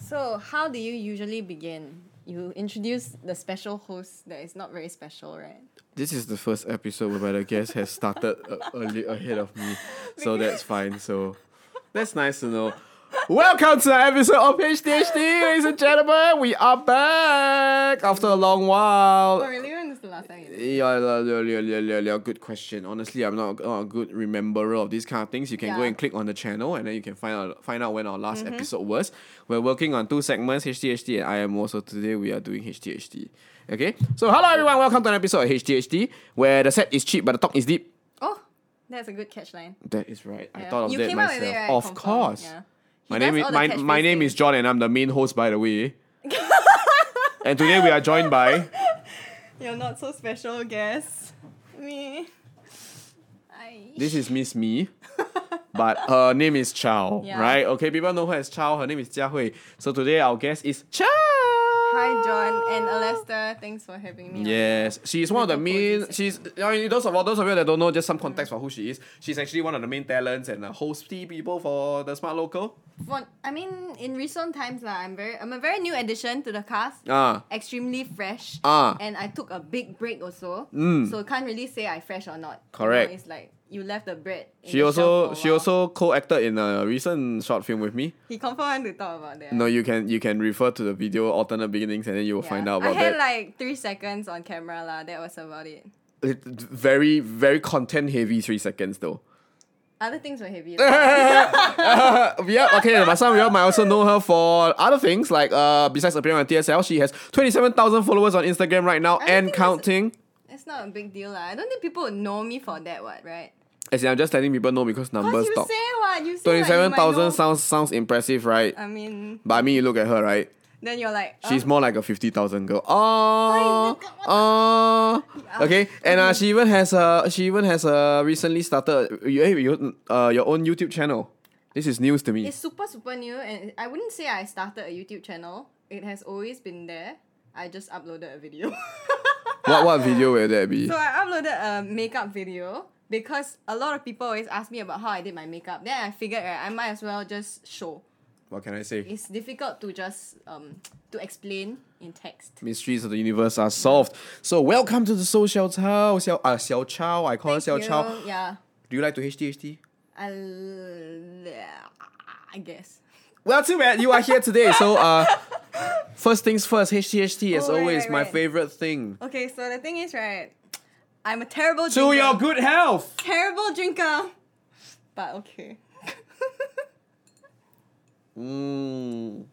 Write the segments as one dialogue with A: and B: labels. A: So, how do you usually begin? You introduce the special host that is not very special, right?
B: This is the first episode whereby the guest has started uh, early ahead of me, so that's fine. So that's nice to know. Welcome to an episode of HDHD, ladies and gentlemen. We are back after a long
A: Oh,
B: while.
A: really? When was the last time you did?
B: Yeah, la- la- la- la- la- la. good question. Honestly, I'm not, not a good rememberer of these kind of things. You can go
A: Yeah. Mm-hmm.
B: and click on the channel, and then you can find out find out when our last episode was. We're working on two segments, HDHD and IMO. So today we are doing HDHD. Okay, so hello everyone, welcome to an episode of HDHD where the set is cheap but the talk is deep.
A: Oh, that's a good catchline.
B: That is right. I
A: Yeah.
B: thought of
A: you
B: that
A: came
B: myself.
A: Up with it, right?
B: Of
A: Confirm.
B: course.
A: Yeah.
B: My
A: He
B: name
A: does
B: is
A: all
B: my,
A: the
B: my
A: catchphrase
B: name is
A: things.
B: John and I'm the main host by the way. and today we are joined by
A: You're not so special, guess. Me. I.
B: this is Miss Me. But her name is Chao,
A: Yeah.
B: right? Okay, people know her as Chao. Her name is Jia Hui. So today our guest is Chao.
A: Hi, John and Alastair. Thanks for having me. on.
B: Yes, she is one of the
A: Little
B: main.
A: cozy
B: She's I mean, those of those of you that don't know, just some context for who she is. She's actually one of the main talents and the hosty people for the Smart Local.
A: Well, I mean, in recent times, lah, I'm very, I'm a very new addition to the cast.
B: Ah,
A: Extremely fresh.
B: Ah.
A: And I took a big break also.
B: Mm.
A: So can't really say I fresh or not. You know,
B: Correct.
A: it's like you left the bread. in
B: she
A: the
B: also
A: shelf for a
B: she
A: while.
B: also co-acted in a recent short film with me.
A: He confirmed want to talk about that.
B: No, you can you can refer to the video alternate beginnings and then you will find out
A: I
B: about
A: had
B: that.
A: like three seconds on camera lah. That was about it.
B: It- very very content heavy three seconds though.
A: Other things were heavy. lah.
B: yeah, okay. But some of you might also know her for other things like uh besides appearing on TSL, she has twenty seven thousand followers on Instagram right now
A: don't
B: and
A: think it's-
B: counting.
A: It's not a big deal lah. I don't think people would know me for that. What right?
B: As in, I'm just letting people know because
A: Cause
B: numbers
A: you
B: talk.
A: say what you say. what, you
B: Twenty
A: might
B: seven
A: know.
B: thousand sounds sounds impressive, right?
A: I mean,
B: but I mean, you look at her, right?
A: then you're like. uh,
B: She's more like a 50,000 girl. Oh,
A: look at what
B: oh. Okay, and uh, she even has a she even has a recently started uh, you, eh, you- uh, your own YouTube channel. This is news to me.
A: It's super super new, and I wouldn't say I started a YouTube channel. It has always been there. I just uploaded a video.
B: What what video will that be?
A: So I uploaded a makeup video because a lot of people always ask me about how I did my makeup. Then I figured right, I might as well just show.
B: What can I say?
A: It's difficult to just um to explain in text.
B: Mysteries of the universe are solved. So welcome to the Soul Xiao Chao. Xiao uh, Xiao Chao. I call her Xiao
A: You
B: Chao.
A: know, Yeah.
B: Do you like to HDHD?
A: I, l- I guess.
B: Well, too bad you are here today. So uh, first things first. HDHD as
A: Oh, right,
B: always
A: right,
B: my
A: right.
B: favorite thing.
A: Okay, so the thing is right, I'm a terrible
B: To
A: drinker.
B: your good health.
A: terrible drinker. But okay.
B: Mm.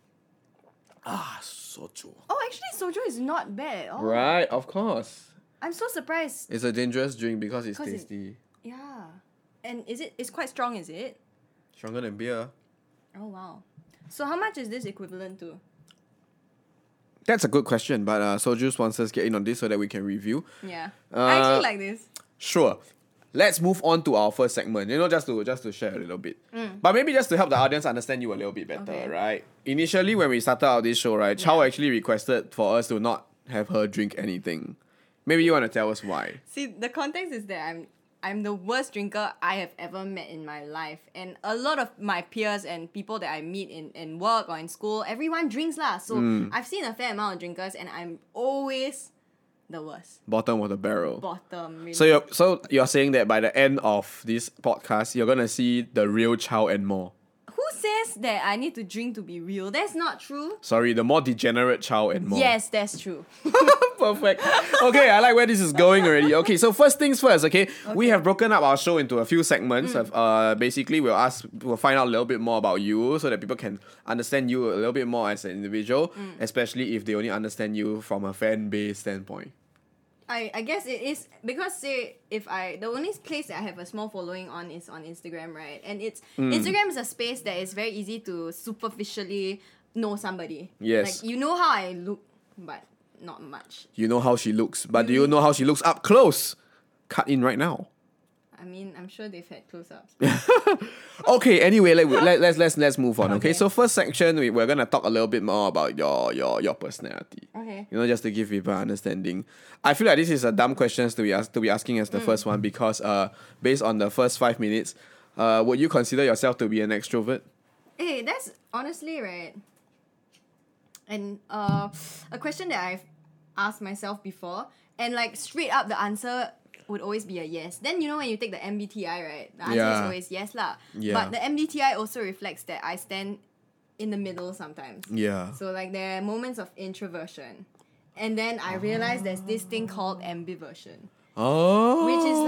B: Ah, soju.
A: oh, actually, soju is not bad. at all.
B: Right, of course.
A: I'm so surprised.
B: It's a dangerous drink because it's
A: 'Cause it-
B: tasty.
A: Yeah. And is it? It's quite strong, is it?
B: Stronger than beer.
A: Oh wow. So how much is this equivalent to?
B: That's a good question, but uh, soju sponsors get in on this so that we can review.
A: Yeah. I actually
B: Uh,
A: like this.
B: Sure. Let's move on to our first segment. You know, just to just to share a little bit, but maybe just to help the audience understand you a little bit better,
A: Mm. Okay.
B: right? Initially, when we started out this show, right, Chow actually requested for us to not have her drink anything. Maybe you want to tell us why.
A: See, the context is that I'm I'm the worst drinker I have ever met in my life. And a lot of my peers and people that I meet in, in work or in school, everyone drinks lah. So
B: Hmm.
A: I've seen a fair amount of drinkers and I'm always the worst.
B: Bottom of the barrel.
A: Bottom really.
B: So you're so you're saying that by the end of this podcast, you're gonna see the real Chow and more.
A: Who says that I need to drink to be real? That's not true.
B: Sorry, the more degenerate Chow and more.
A: Yes, that's true.
B: perfect. Okay, I like where this is going already. Okay, so first things first. Okay, we have broken up our show into a few segments. Of, uh, basically, we'll ask, we'll find out a little bit more about you, so that people can understand you a little bit more as an individual, especially if they only understand you from a fan base standpoint.
A: I, I guess it is because say if I the only place that I have a small following on is on Instagram, right? And it's Instagram is a space that is very easy to superficially know somebody.
B: Yes.
A: Like you know how I look, but not much.
B: You know how she looks, but do you know how she looks up close? Cut in right now.
A: I mean, I'm sure they've had close ups.
B: okay anyway let, let, let's let's let's move on okay,
A: Okay.
B: so first section we, we're gonna talk a little bit more about your your your personality
A: Okay.
B: you know just to give people understanding i feel like this is a dumb question to be asked to be asking as the first one because uh based on the first five minutes
A: Eh,
B: uh would you consider yourself to be an extrovert
A: hey, that's honestly right. And uh, a question that I've asked myself before, and like straight up the answer would always be a yes. Then you know when you take the MBTI, right? The answer is
B: Yeah.
A: always yes lah.
B: Yeah.
A: But the MBTI also reflects that I stand in the middle sometimes.
B: Yeah.
A: So like there are moments of introversion. And then I realized there's this thing called ambiversion,
B: Oh.
A: which is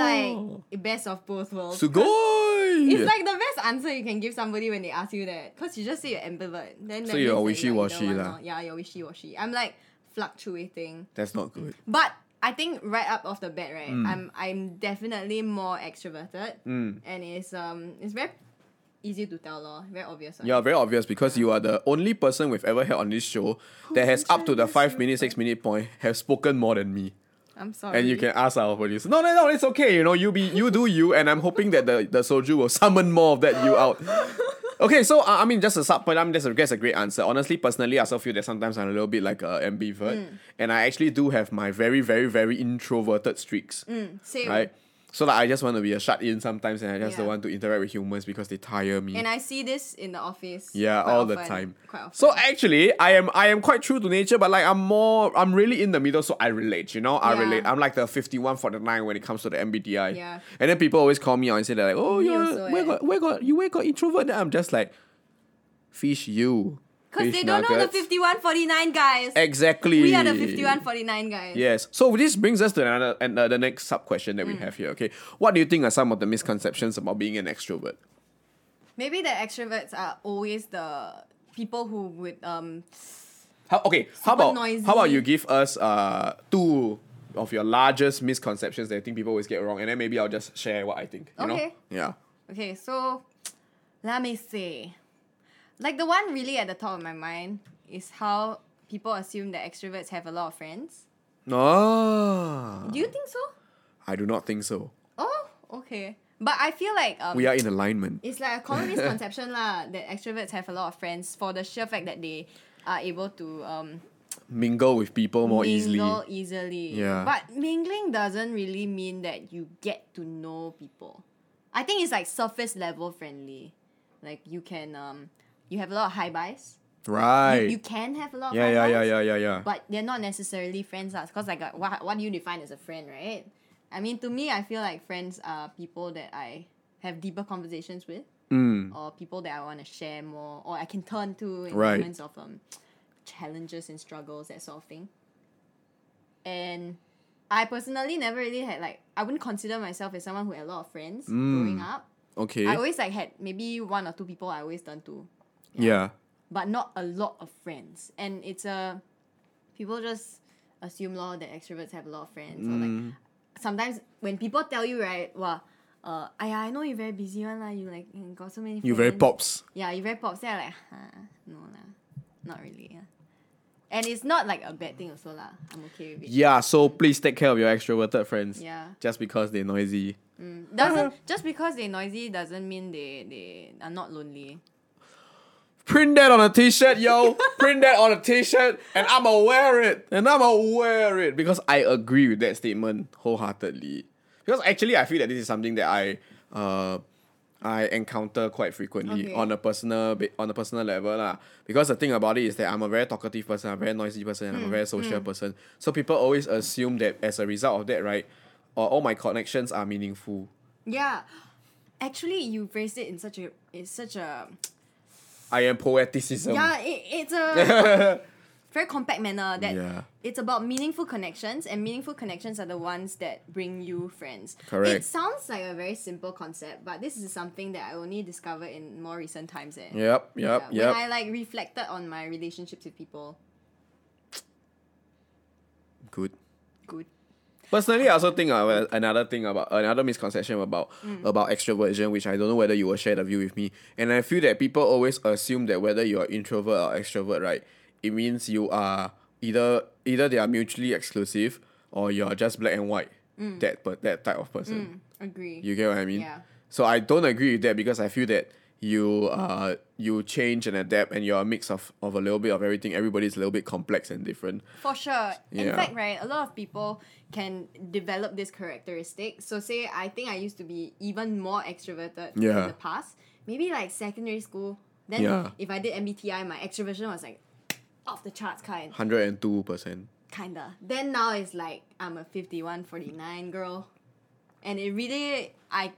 A: like best of both worlds.
B: Sugoi.
A: It's like the best answer you can give somebody when they ask you that. Because you just say you're ambivert. Then
B: So
A: that
B: you're
A: means that either
B: wishy-washy
A: one
B: lah.
A: or- Yeah, you're wishy washy. I'm like fluctuating.
B: That's not good.
A: But I think right up off the bat, right,
B: Mm.
A: I'm I'm definitely more extroverted. And it's um it's very easy to tell, lor. Very obvious. one.
B: Yeah, very obvious because you are the only person we've ever had on this show that has up to the five minute, six minute point have spoken more than me.
A: I'm sorry.
B: And you can ask our producer. No, no, no, it's okay. You know, you be you do you, and I'm hoping that the, the soju will summon more of that you out. Okay, so uh, I mean, just a sub point. I mean, that's a, that's a great answer. Honestly, personally, I also feel that sometimes I'm a little bit like a ambivert,
A: Mm.
B: and I actually do have my very, very, very introverted streaks.
A: Same.
B: Right. So like, I just want to be a shut in sometimes, and I just don't
A: Yeah.
B: want to interact with humans because they tire me.
A: And I see this in the office.
B: Yeah,
A: quite
B: all the
A: often,
B: time.
A: Quite often.
B: So actually, I am I am quite true to nature, but like I'm more I'm really in the middle, so I relate. You know, I
A: Yeah.
B: relate. I'm like the 51 for the nine when it comes to the MBTI.
A: Yeah.
B: And then people always call me out and say that like, oh,
A: Me
B: you're
A: also,
B: where
A: eh.
B: got where got you where got introvert? Then I'm just like, fish you.
A: Because
B: fish
A: they don't know the
B: nuggets."
A: 5149 guys.
B: Exactly.
A: We are the 5149 guys.
B: Yes. So this brings us to another and uh, the next sub question
A: Mm.
B: that we have here. Okay, what do you think are some of the misconceptions about being an extrovert?
A: Maybe the extroverts are always the people who would um
B: How okay? how
A: Super
B: about
A: noisy.
B: how about you give us uh two of your largest misconceptions that you think people always get wrong, and then maybe I'll just share what I think. You
A: Okay.
B: Know? Yeah.
A: okay, so let me see. Like the one really at the top of my mind is how people assume that extroverts have a lot of friends.
B: Ah.
A: Do you think so?
B: I do not think so.
A: Oh, okay. But I feel like um,
B: We are in alignment.
A: it's like a common misconception lah that extroverts have a lot of friends for the sheer fact that they are able to um
B: Mingle with people more
A: mingle
B: easily.
A: easily.
B: Yeah.
A: But mingling doesn't really mean that you get to know people. I think it's like surface level friendly. Like you can um you have a lot of high buys.
B: Right.
A: You can have a lot of
B: yeah,
A: high
B: yeah,
A: buys.
B: yeah, yeah, yeah, yeah.
A: But they're not necessarily friends lah. Because like uh, what what do you define as a friend, right? I mean to me I feel like friends are people that I have deeper conversations with
B: Mm.
A: or people that I want to share more or I can turn to in
B: Right.
A: moments of um, challenges and struggles, that sort of thing. And I personally never really had like I wouldn't consider myself as someone who had a lot of friends
B: Mm.
A: growing up.
B: Okay.
A: I always like had maybe one or two people I always turn to,
B: yeah.
A: but not a lot of friends. And it's a people just assume lor that extroverts have a lot of friends or like
B: Mm.
A: sometimes when people tell you right, well, uh, I I know you very busy one lah. You like got so many.
B: You very
A: friends."
B: pops.
A: Yeah, you very pops. Then I like, huh, no lah, not really. Yeah. And it's not like a bad thing also lah. I'm okay with it.
B: Yeah. So please take care of your extroverted friends.
A: Yeah.
B: Just because they're noisy. Uh-huh.
A: Doesn't just because they're noisy doesn't mean they they are not lonely.
B: Print that on a t-shirt, yo. Print that on a t-shirt, and I'ma wear it. And I'ma wear it. Because I agree with that statement wholeheartedly. Because actually I feel that this is something that I uh I encounter quite frequently
A: Okay.
B: on a personal ba- on a personal level lah. Because the thing about it is that I'm a very talkative person, I'm a very noisy person, and I'm a
A: Mm,
B: very social person. So people always assume that as a result of that, right, uh, all my connections are meaningful.
A: Yeah. Actually, you phrased it in such a it's such a
B: I am poeticism.
A: yeah it, it's a very compact manner that
B: Yeah.
A: it's about meaningful connections and meaningful connections are the ones that bring you friends. It
B: Correct.
A: sounds like a very simple concept, but this is something that I only discovered in more recent times. Eh.
B: Yep,
A: Yeah,
B: yep, yep.
A: When I like reflected on my relationships with people,
B: Good.
A: good.
B: Personally, I also think of another thing about another misconception about about extroversion, which I don't know whether you will share the view with me. And I feel that people always assume that whether you are introvert or extrovert, right, it means you are either either they are mutually exclusive or you are just black and white. That per, that type of person.
A: Agree.
B: You get what I mean?
A: Yeah.
B: So I don't agree with that because I feel that you uh you change and adapt and you're a mix of, of a little bit of everything. Everybody's a little bit complex and different.
A: For sure. In
B: Yeah.
A: fact, right, a lot of people can develop this characteristic. So say I think I used to be even more extroverted in
B: Yeah.
A: the past. Maybe like secondary school. Then
B: Yeah.
A: if I did MBTI, my extroversion was like off the charts kind.
B: Hundred and two percent.
A: Kinda. Then now it's like I'm a 51, 49 girl. And it really I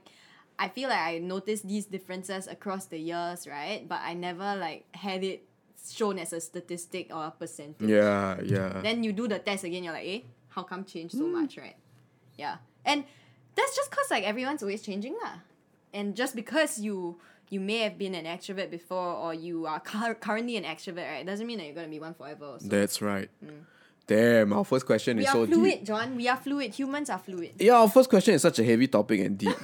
A: I feel like I noticed these differences across the years, right? But I never like had it shown as a statistic or a percentage.
B: Yeah, yeah.
A: Then you do the test again, you're like, eh, how come change so much, right? Yeah. And that's just cause like everyone's always changing lah. And just because you you may have been an extrovert before or you are cur- currently an extrovert, right? Doesn't mean that you're gonna be one forever. also.
B: That's right. Damn, our first question
A: Mm. We
B: is
A: are
B: so
A: fluid,
B: deep.
A: John. We are fluid. Humans are fluid.
B: Yeah, our first question is such a heavy topic and deep.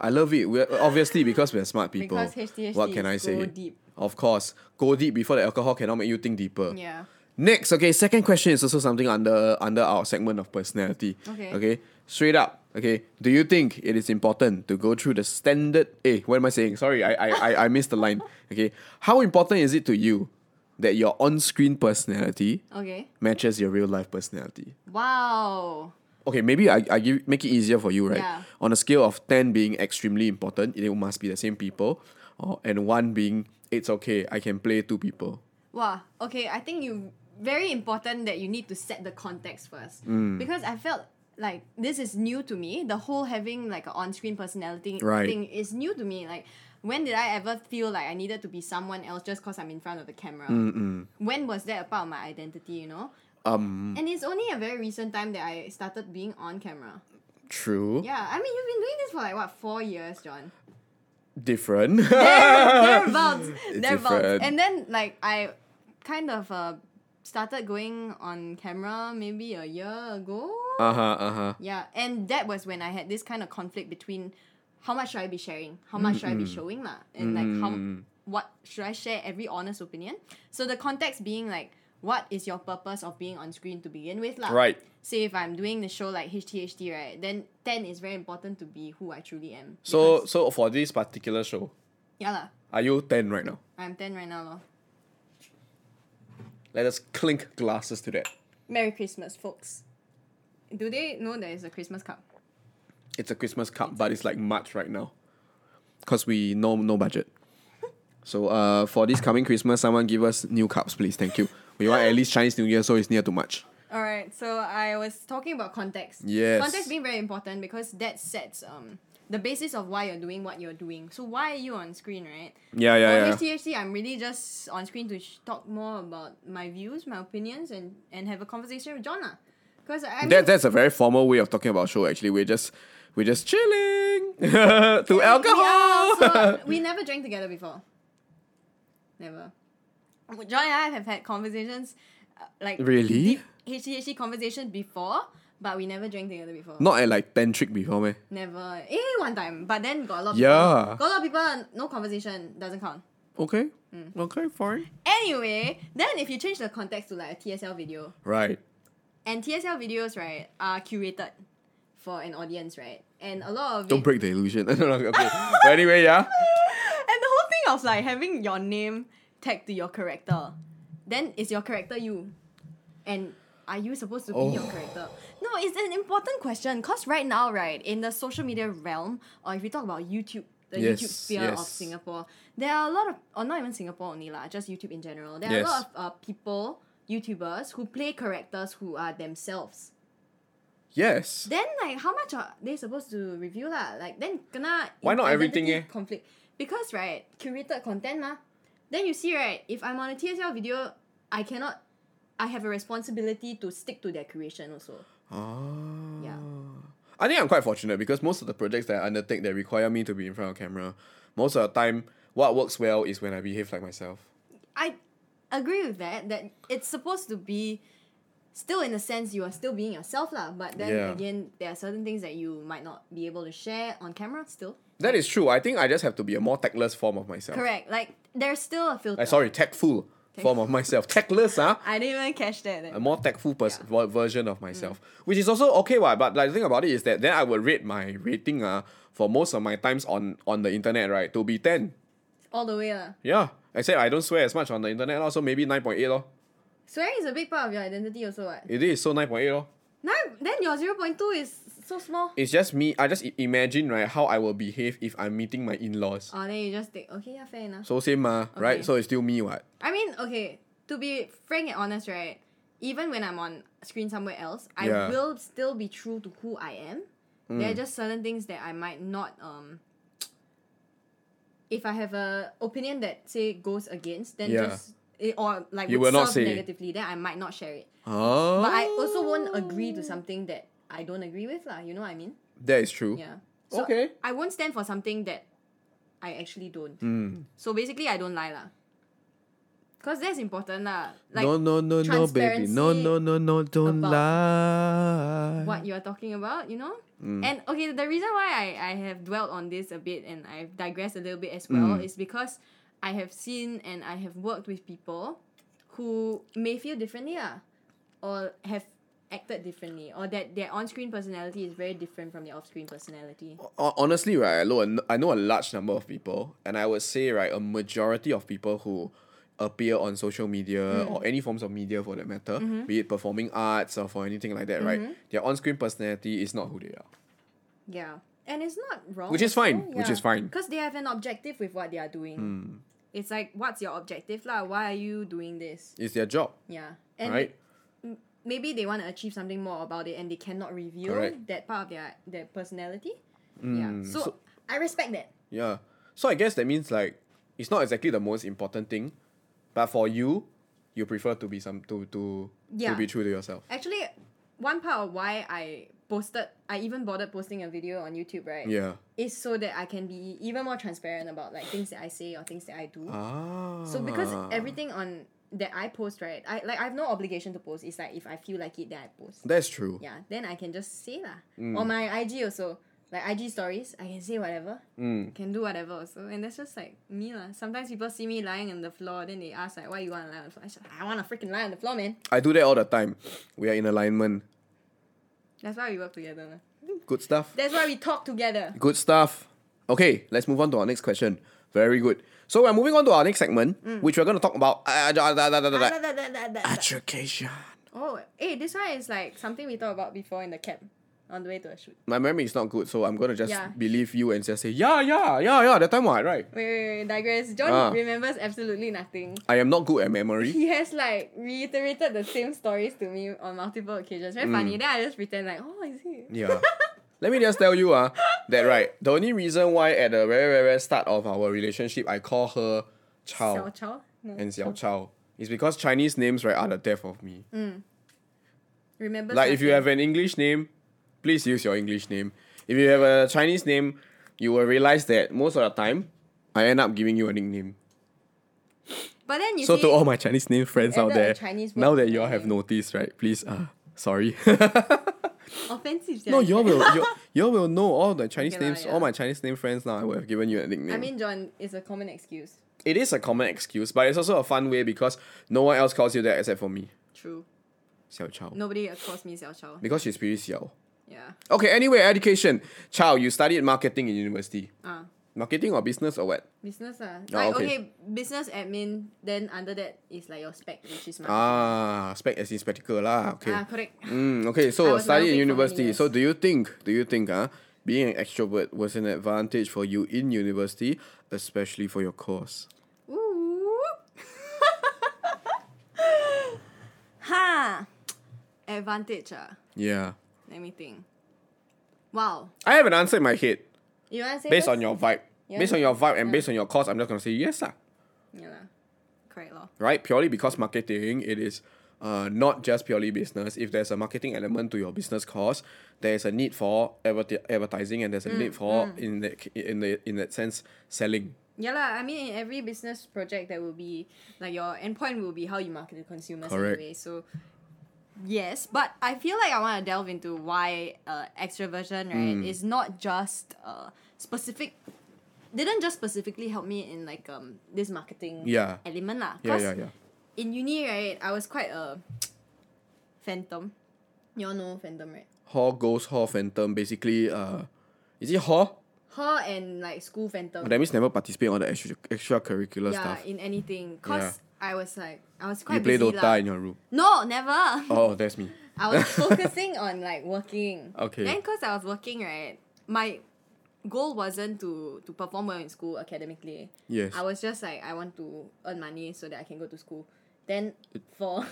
B: I love it. We're obviously because we're smart people.
A: Because HTHT
B: what can I
A: is
B: say?
A: go deep.
B: Of course, go deep before the alcohol cannot make you think deeper.
A: Yeah.
B: Next, okay, second question is also something under under our segment of personality.
A: Okay.
B: Okay. Straight up. Okay. Do you think it is important to go through the standard eh, what am I saying? Sorry, I I, I, I missed the line. Okay. How important is it to you that your on screen personality
A: Okay.
B: matches your real life personality?
A: Wow.
B: Okay, maybe I, I give make it easier for you, right?
A: Yeah.
B: On a scale of ten being extremely important, it must be the same people. Or and one being it's okay, I can play two people.
A: Wow. Okay, I think you very important that you need to set the context first
B: Mm.
A: because I felt like this is new to me. The whole having like an on-screen personality
B: Right.
A: thing is new to me. Like, when did I ever feel like I needed to be someone else just because I'm in front of the camera?
B: Mm,
A: When was that a part of my identity? You know.
B: Um
A: And it's only a very recent time that I started being on camera.
B: true.
A: Yeah, I mean you've been doing this for like what four years, John.
B: Different. Uh-huh,
A: thereabouts,
B: different.
A: thereabouts. And then like I kind of uh, started going on camera maybe a year ago.
B: Uh huh. Uh huh.
A: yeah, and that was when I had this kind of conflict between how much should I be sharing, how much should I be showing, lah, and like
B: Mm.
A: how what should I share every honest opinion. So the context being like. What is your purpose of being on screen to begin with? lah?
B: Right.
A: Say if I'm doing the show like HTHT, right, then 10 is very important to be who I truly am.
B: So
A: Because-
B: so for this particular show,
A: yeah, lah,
B: are you ten right now?
A: I'm 10 right now. lor.
B: Let us clink glasses to that.
A: Merry Christmas, folks. Do they know there is a Christmas cup?
B: It's a Christmas cup, but it's like March right now, cause we no no budget. So uh, for this coming Christmas, someone give us new cups, please. Thank you. We want at least Chinese New Year, so it's near to March.
A: All right, so I was talking about context.
B: Yes.
A: Context being very important because that sets um the basis of why you're doing what you're doing. So why are you on screen, right?
B: Yeah, yeah, yeah.
A: For HTHC, I'm really just on screen to sh- talk more about my views, my opinions, and and have a conversation with John. Because I mean,
B: That that's a very formal way of talking about show. Actually, we're just we're just chilling to alcohol.
A: Yeah, so we never drank together before. Never. John and I have had conversations, uh, like
B: Really?
A: deep HTHT conversations before, but we never drank together before.
B: Not at like tantric before, man.
A: Never. Eh, one time, but then got a lot. Of
B: Yeah.
A: People, got a lot of people. No conversation doesn't count.
B: Okay.
A: Mm.
B: Okay. Fine.
A: Anyway, then if you change the context to like a TSL video,
B: Right.
A: and TSL videos right are curated for an audience, right? And a lot of
B: Don't
A: it-
B: break the illusion. No, no, okay. But anyway, yeah.
A: And the whole thing of like having your name tagged to your character, then is your character you? And are you supposed to be your
B: Oh.
A: character? No, it's an important question because right now, right, in the social media realm, or if we talk about YouTube, the
B: Yes,
A: YouTube sphere of
B: yes.
A: Singapore, there are a lot of, or not even Singapore only lah, just YouTube in general. There are a lot
B: Yes.
A: of uh, people, YouTubers, who play characters who are themselves.
B: Yes.
A: Then like how much are they supposed to review lah? Like then gonna
B: Why not everything, eh?
A: conflict because right curated content mah. Then you see right if I'm on a TSL video, I cannot. I have a responsibility to stick to their creation also.
B: Ah.
A: Yeah.
B: I think I'm quite fortunate because most of the projects that I undertake that require me to be in front of camera, most of the time, what works well is when I behave like myself.
A: I agree with that. That it's supposed to be still in a sense you are still being yourself lah. But then
B: Yeah.
A: again, there are certain things that you might not be able to share on camera still.
B: That is true. I think I just have to be a more tactless form of myself.
A: Correct. Like there's still a filter.
B: Oh. Like, sorry, tactful form of myself. Tactless, ah. huh?
A: I didn't even catch that. eh.
B: a more tactful pers- ver- version of myself,
A: Mm.
B: which is also okay. What, but like the thing about it is that then I would rate my rating uh, for most of my times on on the internet, right, to be ten.
A: All the way lah.
B: Yeah, except I don't swear as much on the internet, lor, so maybe nine point eight, lor.
A: Swearing is a big part of your identity also what?
B: It is so nine point eight, lor.
A: Now, then your 0.2 is so small.
B: It's just me. I just i- imagine right how I will behave if I'm meeting my in laws.
A: Oh, then you just take, okay, yeah, fair enough.
B: So same, uh, right?
A: Okay.
B: So it's still me, what?
A: I mean, okay, to be frank and honest, right? Even when I'm on screen somewhere else, I
B: Yeah. Mm.
A: will still be true to who I am. There are just certain things that I might not um if I have a opinion that say goes against, then
B: Yeah.
A: just it, or like
B: You
A: would
B: will not
A: serve
B: say.
A: negatively, then I might not share it.
B: Oh.
A: But I also won't agree to something that I don't agree with, lah. You know what I mean?
B: That is true.
A: Yeah. So
B: Okay.
A: I won't stand for something that I actually don't. So basically, I don't lie, lah. Cause that's important, lah. Like
B: no, no, no, no, baby. No,
A: transparency
B: no, no, no, don't
A: about
B: lie.
A: what you're talking about, you know? And okay, the reason why I, I have dwelt on this a bit and I've digressed a little bit as well is because I have seen and I have worked with people who may feel differently lah, or have acted differently or that their on-screen personality is very different from their off-screen personality.
B: Ho- Honestly, right, I know, a- I know a large number of people, and I would say, right, a majority of people who appear on social media
A: Mm.
B: or any forms of media for that matter,
A: Mm-hmm.
B: be it performing arts or for anything like that, right, their on screen personality is not who they are.
A: Yeah. And it's not wrong.
B: Which is fine, which is fine. Hmm.
A: Because they have an objective with what they are doing. It's like, what's your objective, lah? Why are you doing this?
B: It's their job,
A: Yeah. And
B: right?
A: maybe they want to achieve something more about it and they cannot reveal
B: Correct. Hmm.
A: that part of their their personality. yeah. So, I respect that.
B: Yeah. So I guess that means like it's not exactly the most important thing, but for you, you prefer to be some to to
A: Yeah.
B: to be true to yourself.
A: Actually, one part of why I posted I even bothered posting a video on YouTube, right?
B: Yeah.
A: Is so that I can be even more transparent about like things that I say or things that I do.
B: Ah.
A: So because everything on that I post, right? I like I have no obligation to post. It's like if I feel like it then I post.
B: that's true.
A: Yeah. Then I can just say lah.
B: Mm.
A: Or my IG also. Like IG stories, I can say whatever.
B: Mm.
A: can do whatever also. And that's just like me lah. Sometimes people see me lying on the floor, then they ask like, why you want to lie on the floor? I just, I want to freaking lie on the floor, man.
B: I do that all the time. We are in alignment.
A: That's why we work together. lah.
B: Good stuff.
A: That's why we talk together.
B: Good stuff. Okay, let's move on to our next question. Very good. So we're moving on to our next segment,
A: Mm.
B: which we're going to talk about uh, da- da- da- da- da- da-
A: Ah,
B: education.
A: oh, hey, this one is like something we talked about before in the camp on the way to a shoot.
B: My memory is not good, so I'm going to just
A: Yeah.
B: believe you and just say, yeah, yeah, yeah, yeah, that time what, right?
A: Wait, wait, wait, digress. John
B: Ah.
A: remembers absolutely nothing.
B: I am not good at memory.
A: He has like reiterated the same stories to me on multiple occasions.
B: Mm.
A: Very funny. Then I just pretend like, oh, is he?
B: Yeah. Let me just tell you uh, that right, the only reason why at the very, very, very start of our relationship, I call her Chao
A: Xiao Chao? No.
B: and Xiao Chao is because Chinese names, right, are the death of me.
A: Remember?
B: Like, if you have an English name, please use your English name. If you have a Chinese name, you will realize that most of the time, I end up giving you a nickname.
A: But then you
B: So
A: see,
B: to all my Chinese name friends out
A: added a
B: there,
A: Chinese word
B: now
A: to
B: that
A: my
B: you all have
A: name.
B: noticed, right, please, uh, sorry.
A: offensive.
B: No,
A: sia.
B: you all will you, you all will know all the Chinese
A: Okay lah,
B: names,
A: yeah.
B: all my Chinese name friends now. I would have given you a nickname.
A: I mean, John is a common excuse.
B: it is a common excuse, but it's also a fun way because no one else calls you that except for me,
A: True.
B: Xiao Chao,
A: Nobody calls me Xiao Chao.
B: because she's pretty Xiao.
A: Yeah.
B: Okay, anyway, education. Chao, you studied marketing in university.
A: Ah,
B: Marketing or business or what?
A: business ah. Like,
B: Oh, okay.
A: okay. business admin. Then under that is like your spec, which is my.
B: Ah, spec as in spectacle lah. Okay.
A: Ah, correct.
B: Mm, okay,
A: I
B: so
A: was
B: study
A: laughing for many
B: in university.
A: years.
B: So do you think do you think uh, being an extrovert was an advantage for you in university, especially for your course?
A: Ooh. ha. Advantage ah.
B: Yeah.
A: Let me think. Wow.
B: I have an answer in my head
A: You wanna say
B: based on
A: first?
B: your vibe.
A: Yeah.
B: Based on your vibe and based on your course, I'm just gonna say yes, lah.
A: Yeah. lah. Correct law.
B: right? Purely because marketing, it is uh, not just purely business. If there's a marketing element to your business course, there is a need for adverti- advertising and there's
A: Mm,
B: a need for in the in the in that sense selling.
A: Yeah lah. I mean, in every business project, there will be like your endpoint will be how you market to consumers
B: Correct.
A: anyway. So yes, but I feel like I want to delve into why uh, extroversion right
B: Hmm.
A: is not just uh, specific. Didn't just specifically help me in like um this marketing
B: Yeah.
A: element lah.
B: Yeah,
A: 'Cause
B: yeah, yeah.
A: In uni right, I was quite a phantom. You all know phantom right?
B: Hall goes hall phantom. Basically, uh, is it hall?
A: Hall and like school phantom.
B: That means never participate in all the extra extracurricular
A: yeah,
B: stuff.
A: in anything. Cause I was like I was quite
B: you play
A: busy
B: Dota
A: lah.
B: in your room.
A: No, never.
B: Oh, that's me.
A: I was focusing on like working.
B: Okay.
A: Then because I was working, right, my goal wasn't to to perform well in school academically.
B: Yes.
A: I was just like I want to earn money so that I can go to school. Then for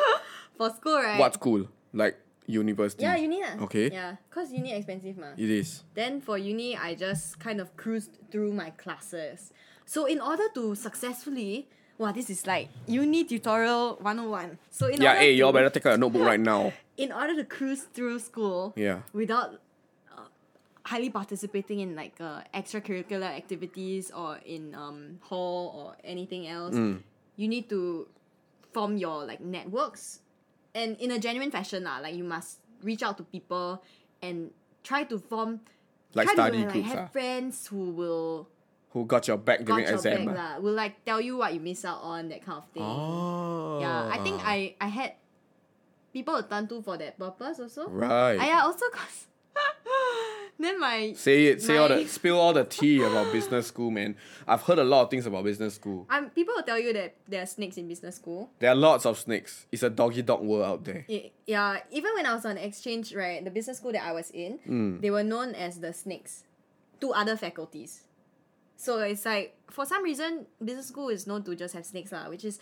A: for school, right?
B: What school? Like university.
A: Yeah, uni lah.
B: Okay.
A: Yeah, cause uni expensive mah.
B: It is.
A: Then for uni, I just kind of cruised through my classes. So in order to successfully, wow, this is like uni tutorial 101. So in
B: yeah,
A: order
B: hey,
A: to,
B: y'all better take out a notebook right now.
A: in order to cruise through school
B: Yeah.
A: without uh, highly participating in like uh, extracurricular activities or in um, hall or anything else,
B: Mm.
A: you need to form your like networks and in a genuine fashion lah, like you must reach out to people and try to form
B: Like
A: try
B: study
A: to like,
B: groups.
A: have
B: ah.
A: friends who will
B: Who got your back
A: got
B: during
A: your
B: exam?
A: back
B: ah.
A: lah, will like tell you what you miss out on that kind of thing.
B: Oh.
A: Yeah, I think I I had people to turn to for that purpose also.
B: Right.
A: Ah, yeah, also cause then my
B: Say it. Say all
A: my-
B: the spill all the tea about business school, man. I've heard a lot of things about business school.
A: um, people will tell you that there are snakes in business school.
B: There are lots of snakes. It's a doggy dog world out there.
A: Y- yeah, even when I was on exchange, right, the business school that I was in, they were known as the snakes to other faculties. So it's like for some reason business school is known to just have snakes lah, which is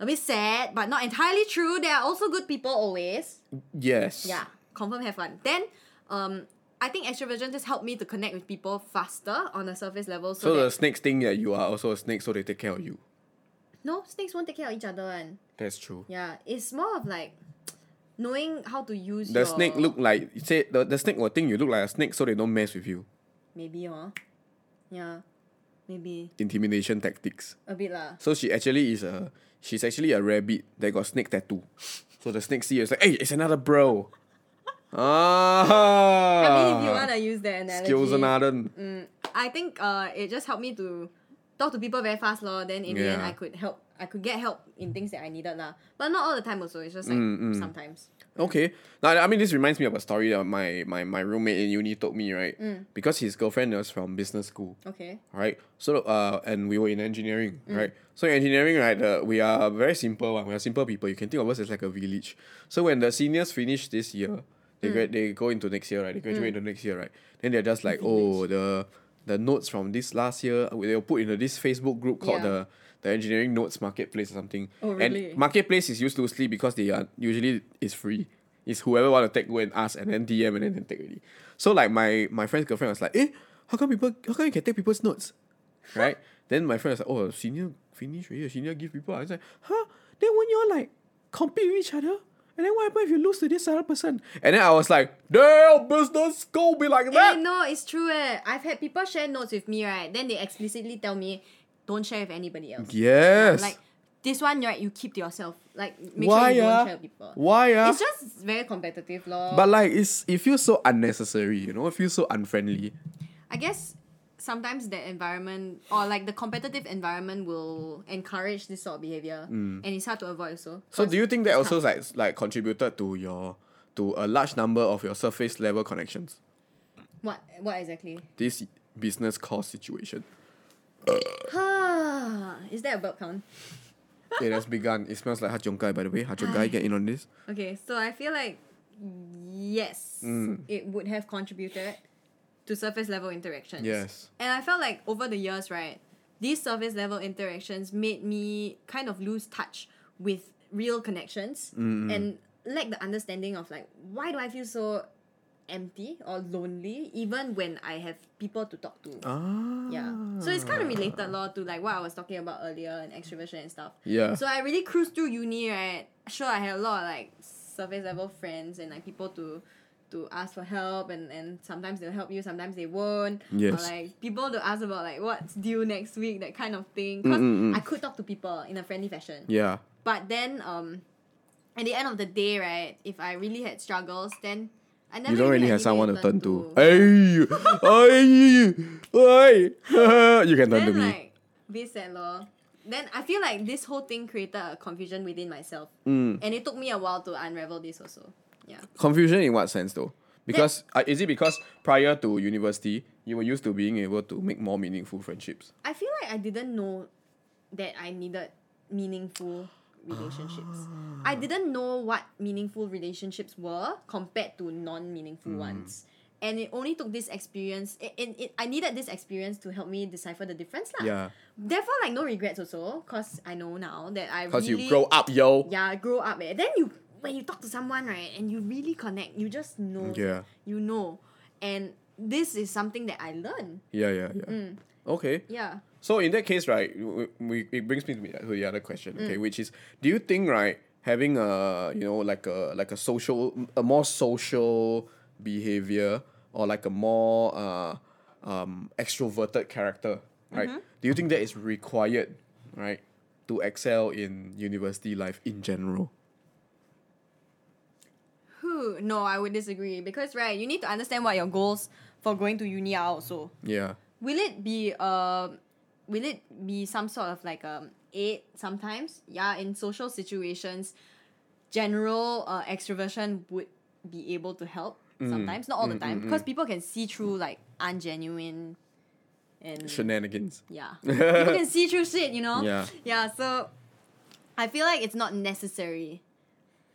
A: a bit sad, but not entirely true. There are also good people always.
B: Yes.
A: Yeah, confirm have fun. Then, um, I think extroversion just helped me to connect with people faster on a surface level. So,
B: So the
A: that,
B: snakes think that you are also a snake, so they take care of you.
A: no snakes won't take care of each other one.
B: That's true.
A: Yeah, it's more of like knowing how to use
B: The
A: your-
B: snake look like you say the, the snake will think you look like a snake, so they don't mess with you.
A: maybe huh? Yeah, maybe
B: Intimidation tactics.
A: a bit lah.
B: So she actually is a she's actually a rabbit that got snake tattoo. So the snake see her, it's like, hey, it's another bro. Ah.
A: I mean, if you wanna use that analogy, Mm.
B: skills another.
A: I think uh, it just helped me to talk to people very fast, lor. Then in the end,
B: Yeah.
A: I could help. I could get help in things that I needed, lah. But not all the time, also. It's just like
B: Mm,
A: sometimes.
B: Okay. Now, I mean, this reminds me of a story that my, my, my roommate in uni told me, right?
A: Mm.
B: Because his girlfriend was from business school,
A: Okay.
B: right? So, uh, and we were in engineering, right? So, in engineering, right, uh, we are very simple. one. We are simple people. You can think of us as like a village. So, when the seniors finish this year, they, grad- they go into next year, right? They graduate into next year, right? Then they're just like, oh, the the notes from this last year, uh, they'll put into this Facebook group called
A: Yeah.
B: the the engineering notes marketplace or something.
A: Oh, really?
B: And marketplace is used loosely because they are usually it's free. It's whoever want to take go and ask and then DM and then they take really. So like my my friend's girlfriend was like, eh, how come people how come you can take people's notes? Right? then my friend was like, Oh senior finish already, senior give people. I was like, huh? Then when you all like compete with each other? And then what happens if you lose to this other person? And then I was like, damn, business school be like that.
A: Hey, no, it's true. Eh. I've had people share notes with me, right? Then they explicitly tell me, don't share with anybody else.
B: yes.
A: Like, this one, right, you keep to yourself. Like, make
B: Why
A: sure you
B: ah?
A: don't share with people.
B: Why ah?
A: It's just very competitive, lor.
B: But like it's it feels so unnecessary, you know, it feels so unfriendly.
A: I guess sometimes that environment, or like the competitive environment, will encourage this sort of behavior. And it's hard to avoid, also.
B: Mm. So
A: 'Cause-
B: do you think that also like like contributed to your to a large number of your surface level connections?
A: What, what exactly?
B: This business cost situation.
A: Is that a verb count?
B: It has begun. It smells like Hachong Kai, by the way. Hachong Kai, get in on this.
A: Okay, so I feel like yes,
B: Mm.
A: it would have contributed to surface level interactions.
B: Yes.
A: And I felt like over the years, right, these surface level interactions made me kind of lose touch with real connections and lack the understanding of like why do I feel so empty or lonely even when I have people to talk to.
B: Ah.
A: Yeah. So it's kind of related lor to like what I was talking about earlier and extroversion and stuff.
B: Yeah.
A: So I really cruised through uni, right? Sure, I had a lot of like surface level friends and like people to to ask for help and and sometimes they'll help you, sometimes they won't.
B: Yes.
A: Or like people to ask about like what's due next week, that kind of thing. Cause I could talk to people in a friendly fashion.
B: Mm, Yeah.
A: But then um at the end of the day, right, if I really had struggles, then I never
B: You don't really
A: had
B: have someone to
A: anybody
B: turn to. Hey, hey, hey. You can turn to
A: then
B: me.
A: like be sad lor. Then I feel like this whole thing created a confusion within myself,
B: Mm.
A: and it took me a while to unravel this also. Yeah,
B: Confusion in what sense though? Because uh, is it because prior to university you were used to being able to make more meaningful friendships?
A: I feel like I didn't know that I needed meaningful relationships.
B: Ah. Mm.
A: I didn't know what meaningful relationships were compared to non-meaningful ones, and it only took this experience. It, it, it, I needed this experience to help me decipher the difference, lah.
B: Yeah.
A: Therefore, like no regrets also, cause I know now that I
B: Because
A: really
B: you grow up, yo.
A: yeah grow up. Eh. Then you when you talk to someone right, and you really connect, you just know.
B: Yeah.
A: You know, and this is something that I learned.
B: Yeah, yeah, yeah.
A: Mm.
B: Okay.
A: Yeah.
B: So in that case, right, we, we, it brings me to the- to the other question, okay,
A: Mm.
B: which is, do you think right having a you know like a like a social a more social behavior or like a more uh, um, extroverted character, right?
A: Mm-hmm.
B: Do you think that is required, right, to excel in university life in general?
A: Who? No, I would disagree because right, you need to understand what your goals for going to uni are also.
B: Yeah.
A: Will it be um will it be some sort of like um aid sometimes? Yeah, in social situations, general uh, extroversion would be able to help sometimes, not all the time, because people can see through like ungenuine and
B: Shenanigans.
A: yeah, people can see through shit, you know.
B: Yeah.
A: yeah. So I feel like it's not necessary,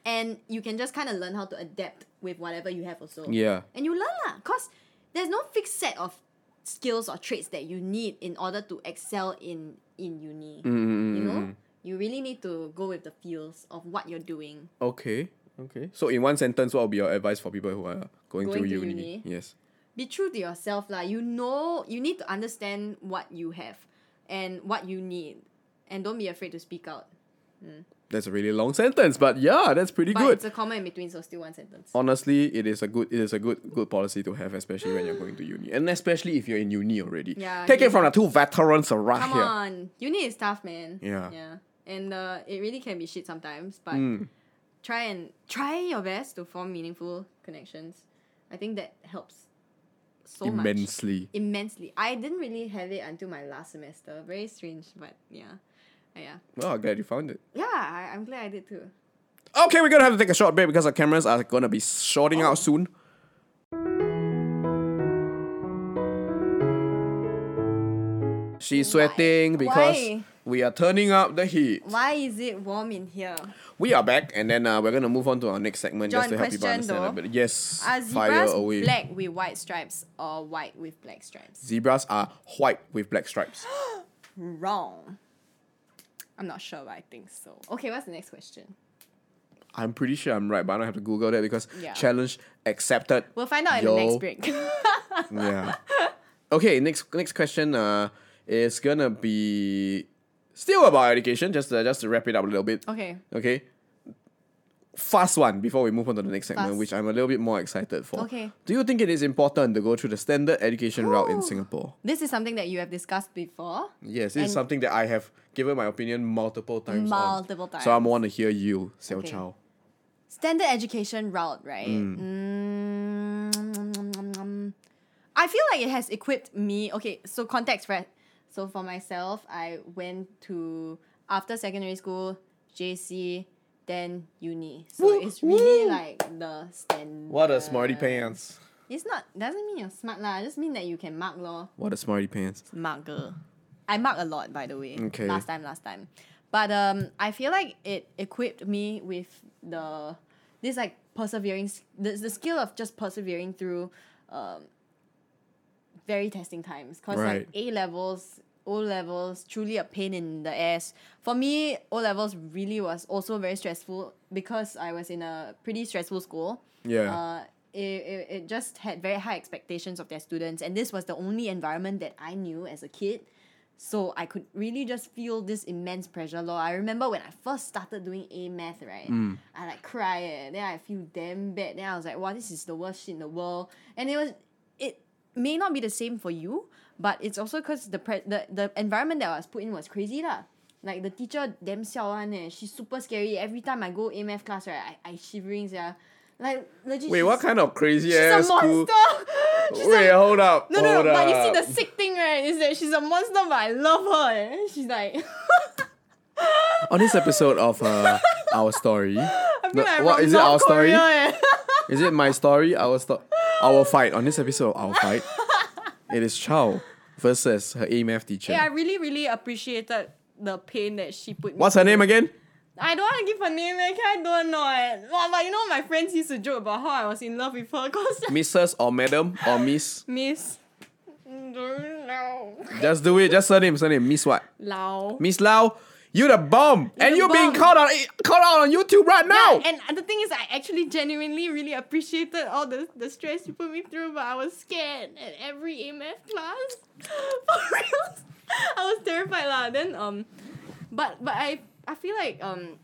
A: and you can just kind of learn how to adapt with whatever you have also
B: Yeah.
A: and you learn lah. Cause there's no fixed set of skills or traits that you need in order to excel in in uni.
B: Mm.
A: You know, you really need to go with the feels of what you're doing.
B: Okay. Okay. So in one sentence, what would be your advice for people who are going,
A: Going
B: to
A: to
B: uni?
A: uni.
B: Yes.
A: Be true to yourself lah. You know, you need to understand what you have and what you need, and don't be afraid to speak out.
B: That's a really long sentence, but yeah, that's pretty
A: But
B: good. Oh,
A: it's a comma in between, so still one sentence.
B: honestly, it is a good it is a good good policy to have, especially when you're going to uni, and especially if you're in uni already.
A: Yeah,
B: Take
A: you-
B: it from the two veterans around
A: Come
B: here.
A: on, uni is tough, man.
B: Yeah. Mm.
A: yeah, and uh, it really can be shit sometimes. But try and try your best to form meaningful connections. I think that helps so much.
B: Immensely.
A: Immensely. I didn't really have it until my last semester. Very strange, but yeah, Uh, yeah,
B: Well, I'm glad you found it.
A: yeah. I, I'm glad I did too.
B: Okay, we're gonna have to take a short break because our cameras are gonna be shorting
A: Oh.
B: out soon. She's sweating because
A: Why?
B: we are turning up the heat.
A: Why is it warm in here?
B: We are back, and then uh, we're gonna move on to our next segment just
A: John,
B: to help people
A: question
B: understand a
A: though.
B: bit. Yes,
A: Are
B: fire
A: zebras
B: away.
A: black with white stripes or white with black stripes?
B: Zebras are white with black stripes.
A: Wrong. I'm not sure, but I think so. Okay, what's the next question?
B: I'm pretty sure I'm right, but I don't have to Google that because
A: Yeah.
B: challenge accepted.
A: We'll find out in the
B: Yo.
A: next break.
B: yeah. Okay, next next question uh is gonna be still about education, just uh, just to wrap it up a little bit.
A: okay.
B: Okay. Fast one before we move on to the next segment,
A: Fast.
B: which I'm a little bit more excited for.
A: Okay.
B: Do you think it is important to go through the standard education route in
A: Oh.
B: Singapore?
A: This is something that you have discussed before.
B: Yes, this is
A: And-
B: something that I have given my opinion multiple times. on.
A: Multiple
B: So I
A: times.
B: want to hear you, Xiao
A: Okay.
B: Chao.
A: Standard education route, right? Mm. I feel like it has equipped me. Okay, so context, right? So for myself, I went to after secondary school, JC, then uni. So
B: Woo,
A: it's really
B: woo.
A: like the standard.
B: What a smarty pants.
A: It's not doesn't mean you're smart lah. Just mean that you can mark lor.
B: What a smarty pants.
A: marker. I mark a lot, by the way.
B: Okay.
A: Last time, last time. But um, I feel like it equipped me with the this like persevering, s- the, the skill of just persevering through um, very testing times. Cause
B: Right.
A: like A levels, O levels, truly a pain in the ass. For me, O levels really was also very stressful because I was in a pretty stressful school
B: Yeah.
A: uh, it, it, it just had very high expectations of their students and this was the only environment that i knew as a kid so i could really just feel this immense pressure law i remember when i first started doing a math right i like cry eh. then i feel damn bad then i was like wow this is the worst shit in the world and it was it may not be the same for you but it's also because the, pre- the the environment that i was put in was crazy lah. like the teacher damn siao one eh. she's super scary every time i go a math class right i, I shivering yeah like legit
B: Wait,
A: she's-
B: what kind of crazy
A: She's a
B: ass
A: monster. she's
B: Wait,
A: a,
B: hold up.
A: no, no, no.
B: hold
A: But you
B: up.
A: see, the sick thing, right, is that she's a monster, but I love her. eh. She's like,
B: On this episode of uh, Our Story.
A: I feel
B: No,
A: like
B: what
A: from
B: is it?
A: North
B: Our story?
A: Korea, eh.
B: Is it my story? Our story. Our fight. On this episode of Our Fight, it is Chao versus her A math teacher.
A: Yeah, I really, really appreciated the pain that she put me
B: What's her name again?
A: I don't want to give her name, eh, 'cause I don't know it. Well, but you know, my friends used to joke about how I was in love with her because
B: Mrs. or Madam or Miss.
A: Miss. Don't know.
B: Just do it. Just surname, surname. Miss what?
A: Lao.
B: Miss Lau, you the bomb, and
A: the
B: you're being
A: bomb.
B: called out, called out on YouTube right now.
A: Yeah, and the thing is, I actually genuinely really appreciated all the, the stress you put me through, but I was scared at every AMF class. For real. I was terrified lah. Then um, but but I I feel like um.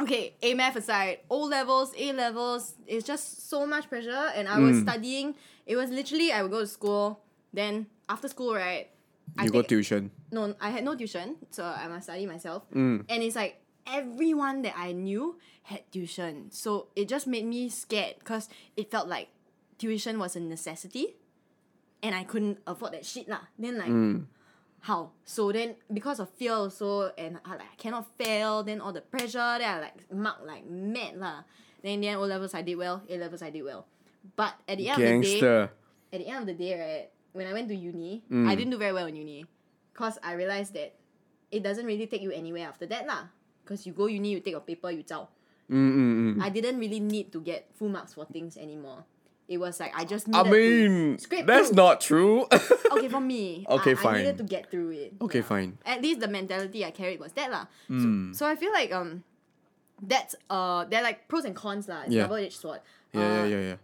A: Okay, A math aside, O levels, A levels, it's just so much pressure. And I
B: Hmm.
A: was studying. It was literally I would go to school, then after school, right? I
B: you go
A: take-
B: tuition.
A: no, I had no tuition, so I must study myself. And it's like everyone that I knew had tuition, so it just made me scared because it felt like tuition was a necessity, and I couldn't afford that shit lah. Then like. How? So then, because of fear also, and I like I cannot fail. Then all the pressure. Then I like mark like mad lah. Then in the end, O levels I did well. A levels I did well. But at the end of the day,
B: Gangster.
A: at the end of the day, right, when I went to uni,
B: Mm.
A: I didn't do very well in uni. Cause I realized that it doesn't really take you anywhere after that lah. Cause you go uni, you take your paper, you zao.
B: Mm, Mm-mm-mm.
A: I didn't really need to get full marks for things anymore. It was like I just
B: I
A: needed
B: mean,
A: to scrape
B: that's
A: through.
B: not true.
A: okay for me. I,
B: Okay,
A: I
B: fine.
A: needed to get through it. yeah.
B: Okay, fine. Mm.
A: At least the mentality I carried was that lah. So, so I feel like um, that's uh, they're like pros and cons lah. It's
B: Yeah.
A: double edged sword.
B: yeah, yeah,
A: Uh,
B: yeah, yeah.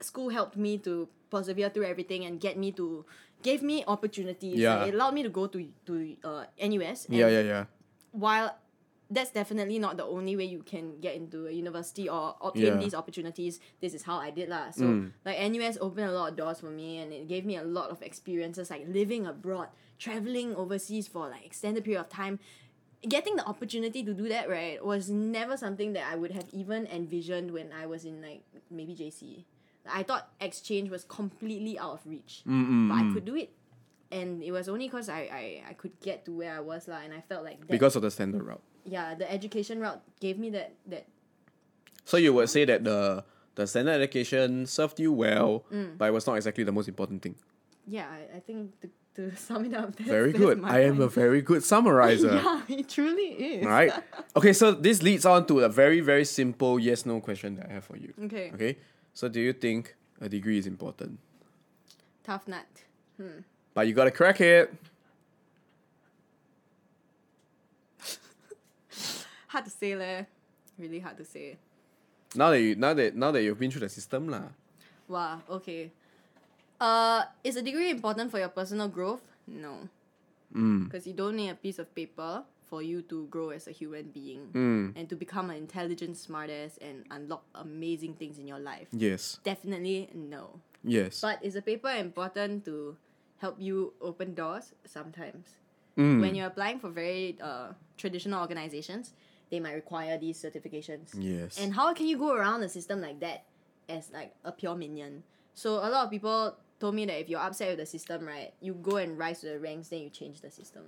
A: school helped me to persevere through everything and get me to gave me opportunities.
B: Yeah.
A: Like, it allowed me to go to to uh, NUS. And
B: Yeah, yeah, yeah.
A: While that's definitely not the only way you can get into a university or obtain
B: Yeah. Mm.
A: these opportunities. This is how I did lah. So like NUS opened a lot of doors for me and it gave me a lot of experiences like living abroad, traveling overseas for like extended period of time. Getting the opportunity to do that right was never something that I would have even envisioned when I was in like maybe JC. I thought exchange was completely out of reach,
B: Mm,
A: but I could do it, and it was only because I, I I could get to where I was lah, and I felt like that,
B: Because of the standard route.
A: yeah, the education route gave me that that
B: So you would say that the the standard education served you well,
A: Mm.
B: but it was not exactly the most important thing.
A: yeah. I, I think to, to sum it up, that's,
B: Very
A: that's
B: good.
A: my
B: I am a
A: point.
B: very good summarizer.
A: yeah, it truly is.
B: Right. Okay, so this leads on to a very, very simple yes no question that I have for you.
A: Okay.
B: Okay. So do you think a degree is important?
A: Tough nut.
B: But you gotta crack it.
A: Hard to say leh. Really hard to say.
B: Now that you now that now that you've been through the system lah.
A: Wow. Okay. Uh, is a degree important for your personal growth? No.
B: Hmm.
A: Because you don't need a piece of paper for you to grow as a human being
B: Hmm.
A: and to become an intelligent, smartass, and unlock amazing things in your life.
B: Yes.
A: Definitely no.
B: Yes.
A: But is a paper important to help you open doors? Sometimes.
B: Mm.
A: When you're applying for very uh, traditional organizations, they might require these certifications.
B: yes.
A: And how can you go around a system like that as like a pure minion? So a lot of people told me that if you're upset with the system, right, you go and rise to the ranks, then you change the system.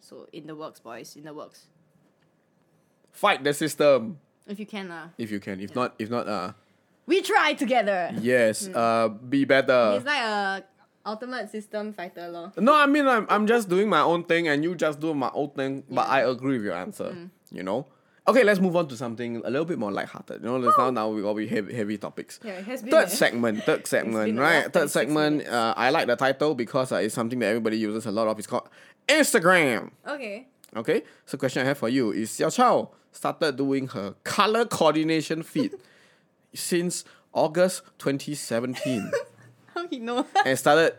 A: So in the works, boys, in the works.
B: Fight the system
A: If you can, uh,
B: if you can. If not, if not, uh
A: we try together.
B: yes.
A: Mm.
B: Uh be better.
A: It's like a ultimate system fighter, lor.
B: No, I mean I'm I'm just doing my own thing and you just do my own thing, but
A: Yeah. Mm.
B: I agree with your answer. You know? Okay, let's move on to something a little bit more lighthearted. You know, let's now now we got be heavy heavy topics.
A: Yeah, it has been.
B: Third segment, third segment,
A: been a
B: right?
A: rough
B: Third
A: 36
B: segment.
A: minutes.
B: Uh, I like the title because uh, it's something that everybody uses a lot of. It's called Instagram.
A: Okay.
B: Okay, so question I have for you is: Xiao Chao started doing her color coordination feed since August 2017
A: How he know?
B: and started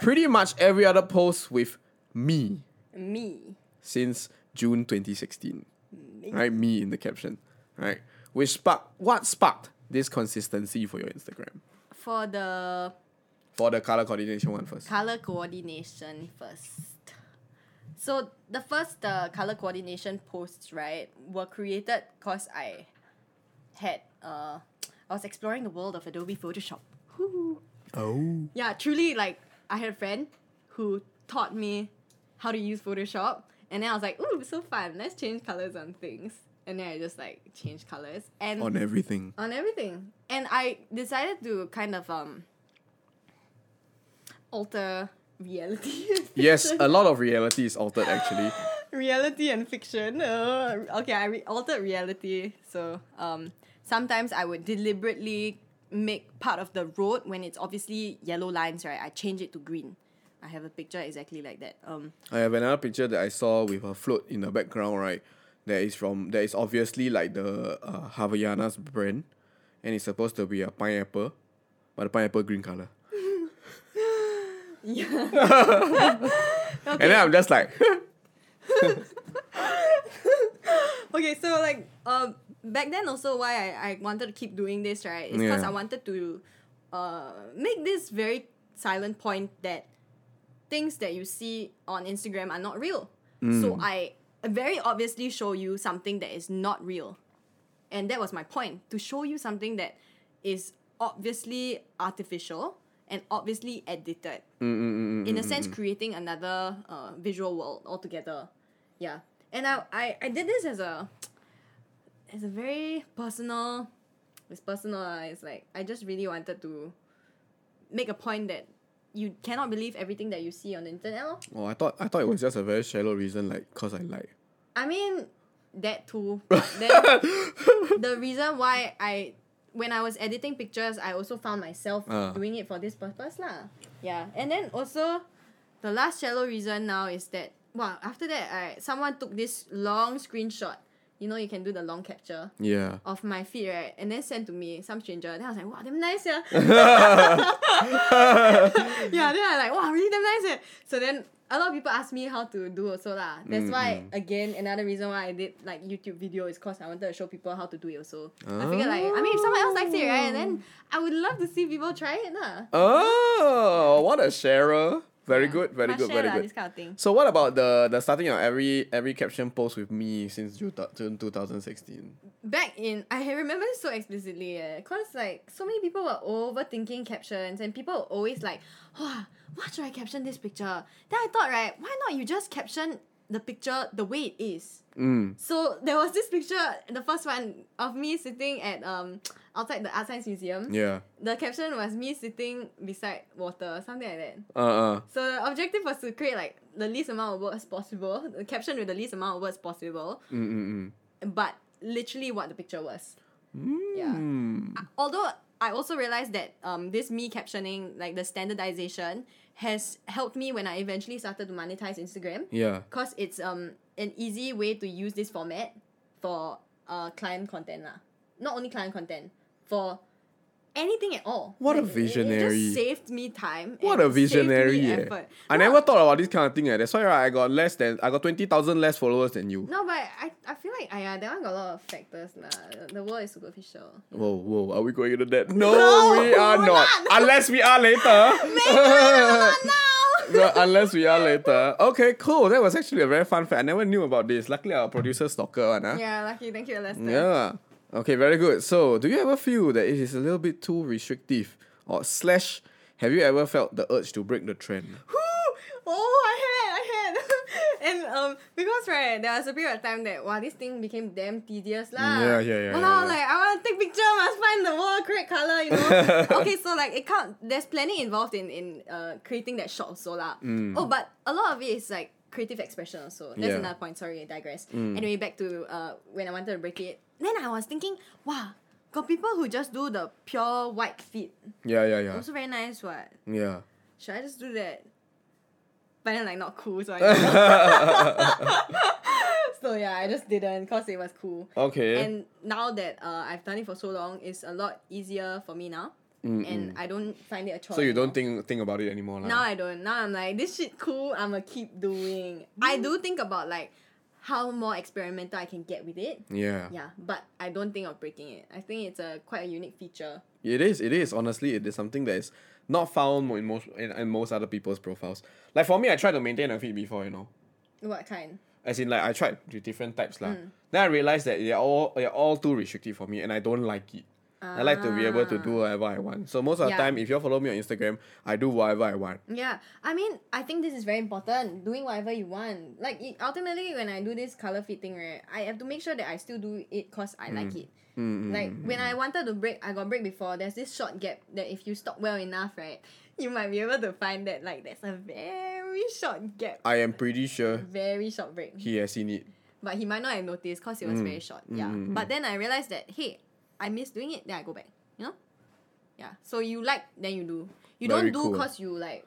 B: pretty much every other post with me
A: Me.
B: since June 2016. Right, me in the caption, right? Which sparked what sparked this consistency for your Instagram?
A: For the
B: For the color coordination one first.
A: color coordination first. So the first uh, color coordination posts right were created because I had uh I was exploring the world of Adobe Photoshop. Woo.
B: Oh.
A: Yeah, truly like I had a friend who taught me how to use Photoshop and then I was like, ooh, so fun, let's change colors on things. And then I just like changed colors and
B: On everything.
A: on everything. And I decided to kind of um alter reality.
B: Yes, a lot of reality is altered actually.
A: reality and fiction. Uh, okay, I re- altered reality. So um, sometimes I would deliberately make part of the road when it's obviously yellow lines, right? I change it to green. I have a picture exactly like that. Um,
B: I have another picture that I saw with a float in the background, right? That is from that is obviously like the uh, Havaianas brand, and it's supposed to be a pineapple, but the pineapple green color. And then I'm just like,
A: okay, so like uh, back then also why I, I wanted to keep doing this, right? Is because
B: Yeah.
A: I wanted to uh, make this very silent point that things that you see on Instagram are not real. So I very obviously show you something that is not real. And that was my point to show you something that is obviously artificial and obviously edited. in a sense, creating another uh, visual world altogether. Yeah. And I, I, I did this as a as a very personal it's personal lah. it's like I just really wanted to make a point that you cannot believe everything that you see on the internet. lor.
B: oh, I thought I thought it was just a very shallow reason, like cause I like.
A: I mean, that too. But then the reason why I, when I was editing pictures, I also found myself
B: Ah.
A: doing it for this purpose lah. Yeah, and then also, the last shallow reason now is that well after that I someone took this long screenshot. You know you can do the long capture
B: Yeah.
A: of my feed right, and then sent to me some stranger. Then I was like, wow, damn nice yeah. yeah, then I like, wow, really damn nice. Eh. So then a lot of people ask me how to do also lah. That's why again another reason why I did like YouTube video is cause I wanted to show people how to do it also. I figured like I mean if someone else likes it right, then I would love to see people try it lah.
B: Oh, what a sharer! Very
A: Yeah.
B: good, very
A: Must
B: good,
A: share
B: very
A: lah,
B: good.
A: This kind of thing.
B: So what about the the starting of every every caption post with me since June two thousand sixteen?
A: back in I ha- remember this so explicitly yeah, cause like so many people were overthinking captions and people were always like, wow, why should I caption this picture? Then I thought right, why not you just caption the picture the way it is.
B: Mm.
A: So there was this picture, the first one of me sitting at um outside the Art Science Museum.
B: Yeah.
A: The caption was me sitting beside water, something like that.
B: Uh uh.
A: So the objective was to create like the least amount of words possible, the caption with the least amount of words possible,
B: Mm mm mm.
A: but literally what the picture was. Yeah.
B: Mm.
A: although I also realized that um, this me captioning, like the standardization, has helped me when I eventually started to monetize Instagram.
B: Yeah.
A: Because it's um, an easy way to use this format for uh, client content. Lah. Not only client content, for anything at all.
B: What a
A: Like, it- it- It,
B: visionary.
A: just saved me time.
B: What
A: and
B: a
A: saved me
B: visionary! eh.
A: effort.
B: I
A: No,
B: never thought about this kind of thing. Eh. That's why right, I got less than I got twenty thousand less followers than you.
A: No, but I, I feel like aya, that one got a lot of factors. Lah. The- The world is superficial.
B: Whoa, whoa! Are we going into that? No,
A: No,
B: we are
A: we're
B: not.
A: not.
B: Unless we are later. Uh,
A: Not now!
B: No, unless we are later. Okay, cool. That was actually a very fun fact. I never knew about this. Luckily, our producer stalker one. Huh?
A: yeah, lucky. Thank you, Lester.
B: Yeah. Okay, very good. So, do you ever feel that it is a little bit too restrictive, or slash, have you ever felt the urge to break the trend?
A: oh, I had, I had. and um, because right, there was a period of time that wow, this thing became damn tedious lah.
B: Yeah, yeah, yeah,
A: Walao,
B: yeah, yeah.
A: like I want to take picture, must find the wall correct color, you know. okay, so like it can't. There's planning involved in in uh creating that shot also lah. Oh, but a lot of it is like creative expression also. That's
B: Mm. Yeah. Mm.
A: another point. Sorry, I digress. Anyway, back to uh when I wanted to break it. Then I was thinking, wow, got people who just do the pure white feet.
B: Yeah, yeah, yeah,
A: Also very nice what
B: yeah.
A: should I just do that? But then like not cool, so I didn't. so yeah, I just didn't cause it was cool.
B: Okay.
A: And now that uh, I've done it for so long, it's a lot easier for me now, and I don't find it a chore.
B: so you don't
A: anymore.
B: think uh, think about it anymore, lah.
A: Now I don't. Now I'm like this shit cool. I'ma keep doing. I do think about like how more experimental I can get with it.
B: Yeah.
A: Yeah, but I don't think of breaking it. I think it's a quite a unique feature.
B: It is. It is. Honestly, it is something that is not found in most in, in most other people's profiles. Like for me, I tried to maintain a feed before, you know.
A: What kind?
B: As in, like I tried with different types lah. Then I realized that they're all they're all too restrictive for me, and I don't like it. I like to be able to do whatever I want. So most of the
A: Yeah.
B: time, if you follow me on Instagram, I do whatever I want.
A: Yeah, I mean, I think this is very important. Doing whatever you want. Like it, ultimately, when I do this color fit thing, right, I have to make sure that I still do it cause I like it. Like when I wanted to break, I got break before. There's this short gap that if you stop well enough, right, you might be able to find that like that's a very very short gap.
B: I am pretty sure
A: Very short break.
B: he has seen it.
A: But he might not have noticed because it was
B: Mm.
A: very short. Yeah. But then I realized that hey, I miss doing it, then I go back. You know? Yeah. So you like, then you do. You
B: Very
A: don't do
B: cool.
A: because you like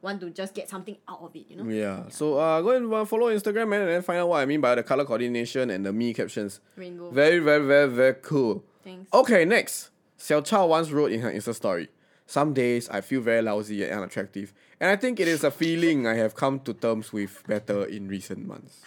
A: want to just get something out of it, you know?
B: Yeah. So uh, go and uh, follow Instagram man, and then find out what I mean by the color coordination and the me captions.
A: Rainbow.
B: Very, very, very, very cool.
A: Thanks.
B: Okay, next. Xiao Chao once wrote in her Insta story, Some days I feel very lousy and unattractive, and I think it is a feeling I have come to terms with better in recent months.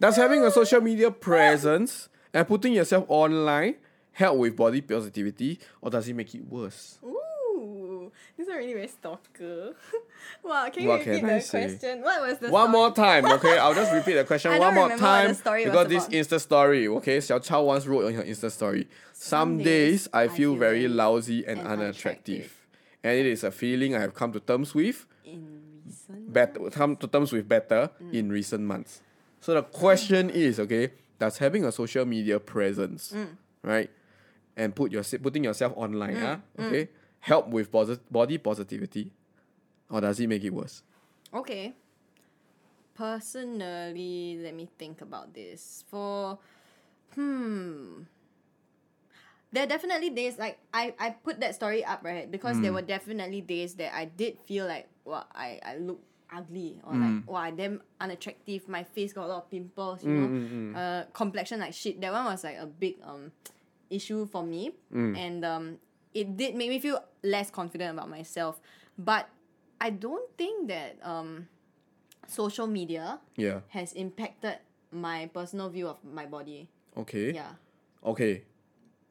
B: Does having a social media presence and putting yourself online help with body positivity, or does it make it worse?
A: Ooh, this is really very stalker. wow, can you
B: What
A: repeat
B: can I
A: the
B: say?
A: question? What was the
B: One
A: stalk-
B: more time, okay? I'll just repeat the question
A: I don't
B: one more
A: remember what the
B: time.
A: story was
B: because this
A: about.
B: Insta story, okay? Xiao Chao once wrote on her Insta story. Some, days, I feel very lousy and,
A: and
B: unattractive.
A: unattractive.
B: And it is a feeling I have come to terms with,
A: in recent?
B: bet- come to terms with better
A: Mm.
B: in recent months. So the question is, okay, does having a social media presence,
A: Mm.
B: right, and put your putting yourself online, ah,
A: Mm.
B: okay, help with posi- body positivity, or does it make it worse?
A: Okay. Personally, let me think about this. For hmm. There are definitely days like I, I put that story up right because there were definitely days that I did feel like well I, I look ugly or like wow I damn unattractive my face got a lot of pimples you know uh complexion like shit that one was like a big um issue for me and um it did make me feel less confident about myself but I don't think that um social media
B: Yeah.
A: has impacted my personal view of my body.
B: Okay.
A: Yeah.
B: Okay.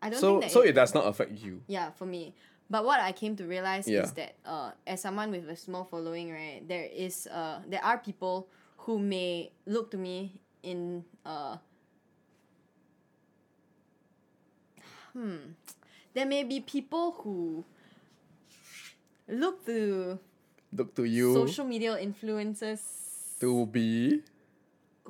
A: I don't
B: So
A: think that
B: so it does not affect you.
A: yeah, for me. But what I came to realize
B: Yeah.
A: is that uh, as someone with a small following, right, there is uh, there are people who may look to me in uh, hmm, hmm. there may be people who look to
B: Look to you
A: social media influencers
B: to be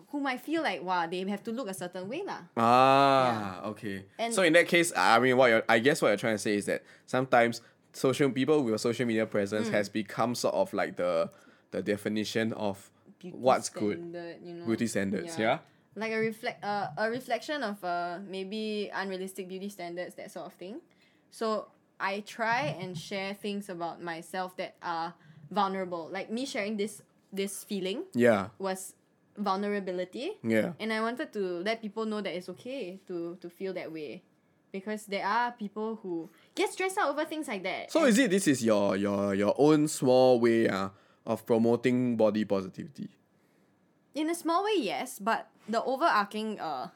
A: who might feel like wow they have to look a certain way lah.
B: ah okay.
A: And-
B: so in that case, I mean, what you're, I guess what you're trying to say is that sometimes social people with a social media presence
A: Hmm.
B: has become sort of like the the definition of
A: Beauty
B: what's good
A: standard, you know?
B: beauty standards. Yeah.
A: like a reflect uh, a reflection of uh, maybe unrealistic beauty standards that sort of thing so i try and share things about myself that are vulnerable like me sharing this this feeling
B: Yeah.
A: was vulnerability
B: Yeah.
A: and i wanted to let people know that it's okay to to feel that way because there are people who get stressed out over things like that
B: So is it this is your your your own small way uh, of promoting body positivity?
A: In a small way, yes, but the overarching uh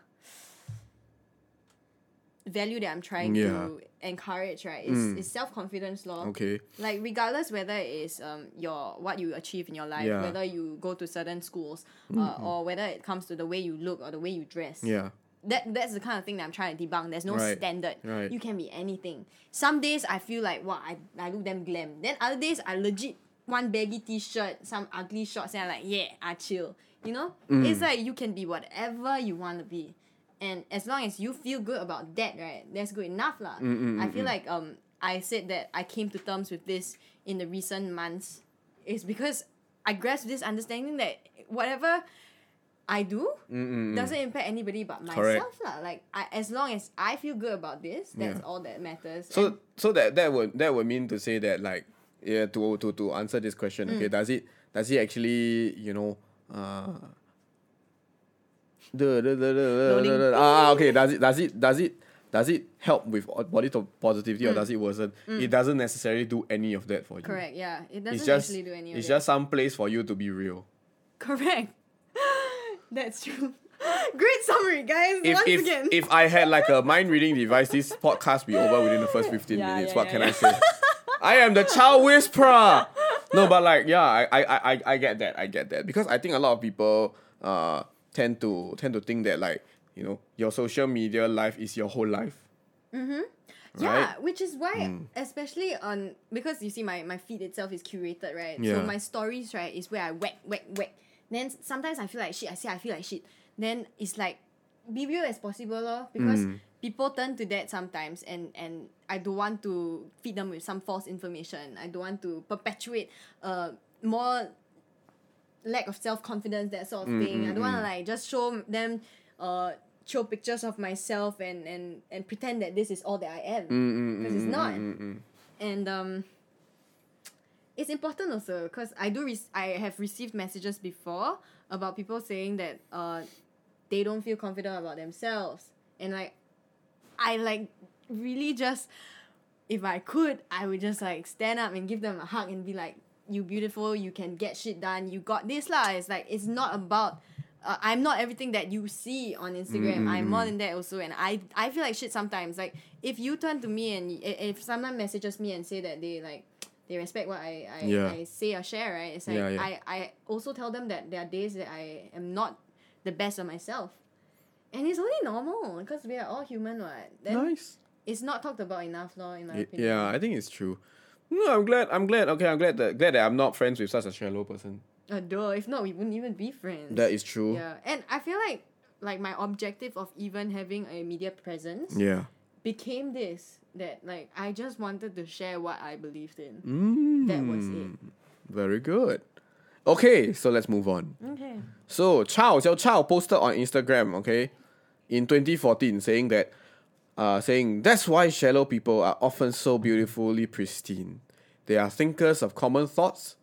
A: value that I'm trying to encourage, right, is, is self confidence law.
B: Mm. Okay.
A: Like regardless whether it's um your what you achieve in your life,
B: Yeah. Mm-hmm.
A: whether you go to certain schools, uh, or whether it comes to the way you look or the way you dress.
B: Yeah.
A: That that's the kind of thing that I'm trying to debunk. There's no
B: Right,
A: standard.
B: right.
A: You can be anything. Some days I feel like wow, I, I look damn glam. Then other days I legit one baggy t shirt, some ugly shorts, and I'm like, yeah, I chill. You know?
B: Mm.
A: It's like you can be whatever you want to be. And as long as you feel good about that, right, that's good enough lah.
B: Mm,
A: I feel like um I said that I came to terms with this in the recent months is because I grasped this understanding that whatever I do doesn't impact anybody but
B: Correct.
A: myself lah. Like I, as long as I feel good about this, that's all that matters.
B: So
A: And
B: so that that would that would mean to say that like yeah to to, to answer this question okay
A: Hmm.
B: does it does it actually you know uh duh, duh, duh, duh, duh,
A: Loading.
B: duh, duh, ah okay does it does it does it does it help with o- body to positivity or does it worsen it doesn't necessarily do any of that for you
A: Hmm. correct, yeah. It doesn't
B: it's just
A: actually do any of
B: it's
A: that.
B: just some place for you to be real
A: correct. that's true. Great summary, guys.
B: if
A: Once
B: if,
A: again.
B: if I had like a mind reading device, this podcast be over within the first fifteen
A: Yeah,
B: minutes.
A: yeah,
B: what
A: yeah,
B: can I
A: yeah.
B: say? I am the child whisperer. No, but like yeah, I, I I- I I get that. I get that because I think a lot of people uh tend to tend to think that like you know your social media life is your whole life.
A: Yeah,
B: right? Mm.
A: which is why, especially on because you see my my feed itself is curated, right?
B: Yeah.
A: So my stories, right, is where I whack, whack, whack. Then s- sometimes I feel like shit. I say I feel like shit. Then it's like be real as possible, lor, because people turn to that sometimes, and and I don't want to feed them with some false information. I don't want to perpetuate uh more lack of self confidence, that sort of thing. I don't want to like just show them, uh, show pictures of myself and and and pretend that this is all that I am because it's not. And um, it's important also because I do rec- I have received messages before about people saying that uh, they don't feel confident about themselves and like I like really just if I could, I would just like stand up and give them a hug and be like, "You beautiful, you can get shit done, you got this lah." It's like it's not about. Uh, I'm not everything that you see on Instagram. I'm more than that also, and I I feel like shit sometimes. Like if you turn to me and i- if someone messages me and say that they like they respect what I I,
B: Yeah.
A: I say or share, right? It's like
B: Yeah, yeah.
A: I I also tell them that there are days that I am not the best of myself, and it's only normal because we are all human. What then
B: Nice.
A: it's not talked about enough, though, in my
B: Y-
A: opinion.
B: Yeah, I think it's true. No, I'm glad. I'm glad. Okay, I'm glad that glad that I'm not friends with such a shallow person.
A: Uh, duh, if not, we wouldn't even be friends.
B: That is true.
A: yeah, and I feel like like my objective of even having a media presence
B: Yeah.
A: became this that like I just wanted to share what I believed in.
B: Mm,
A: That was it.
B: Very good. Okay, so let's move on.
A: Okay.
B: So Chao Xiao Chao posted on Instagram, okay, in 2014, saying that, uh, saying that's why shallow people are often so beautifully pristine. They are thinkers of common thoughts.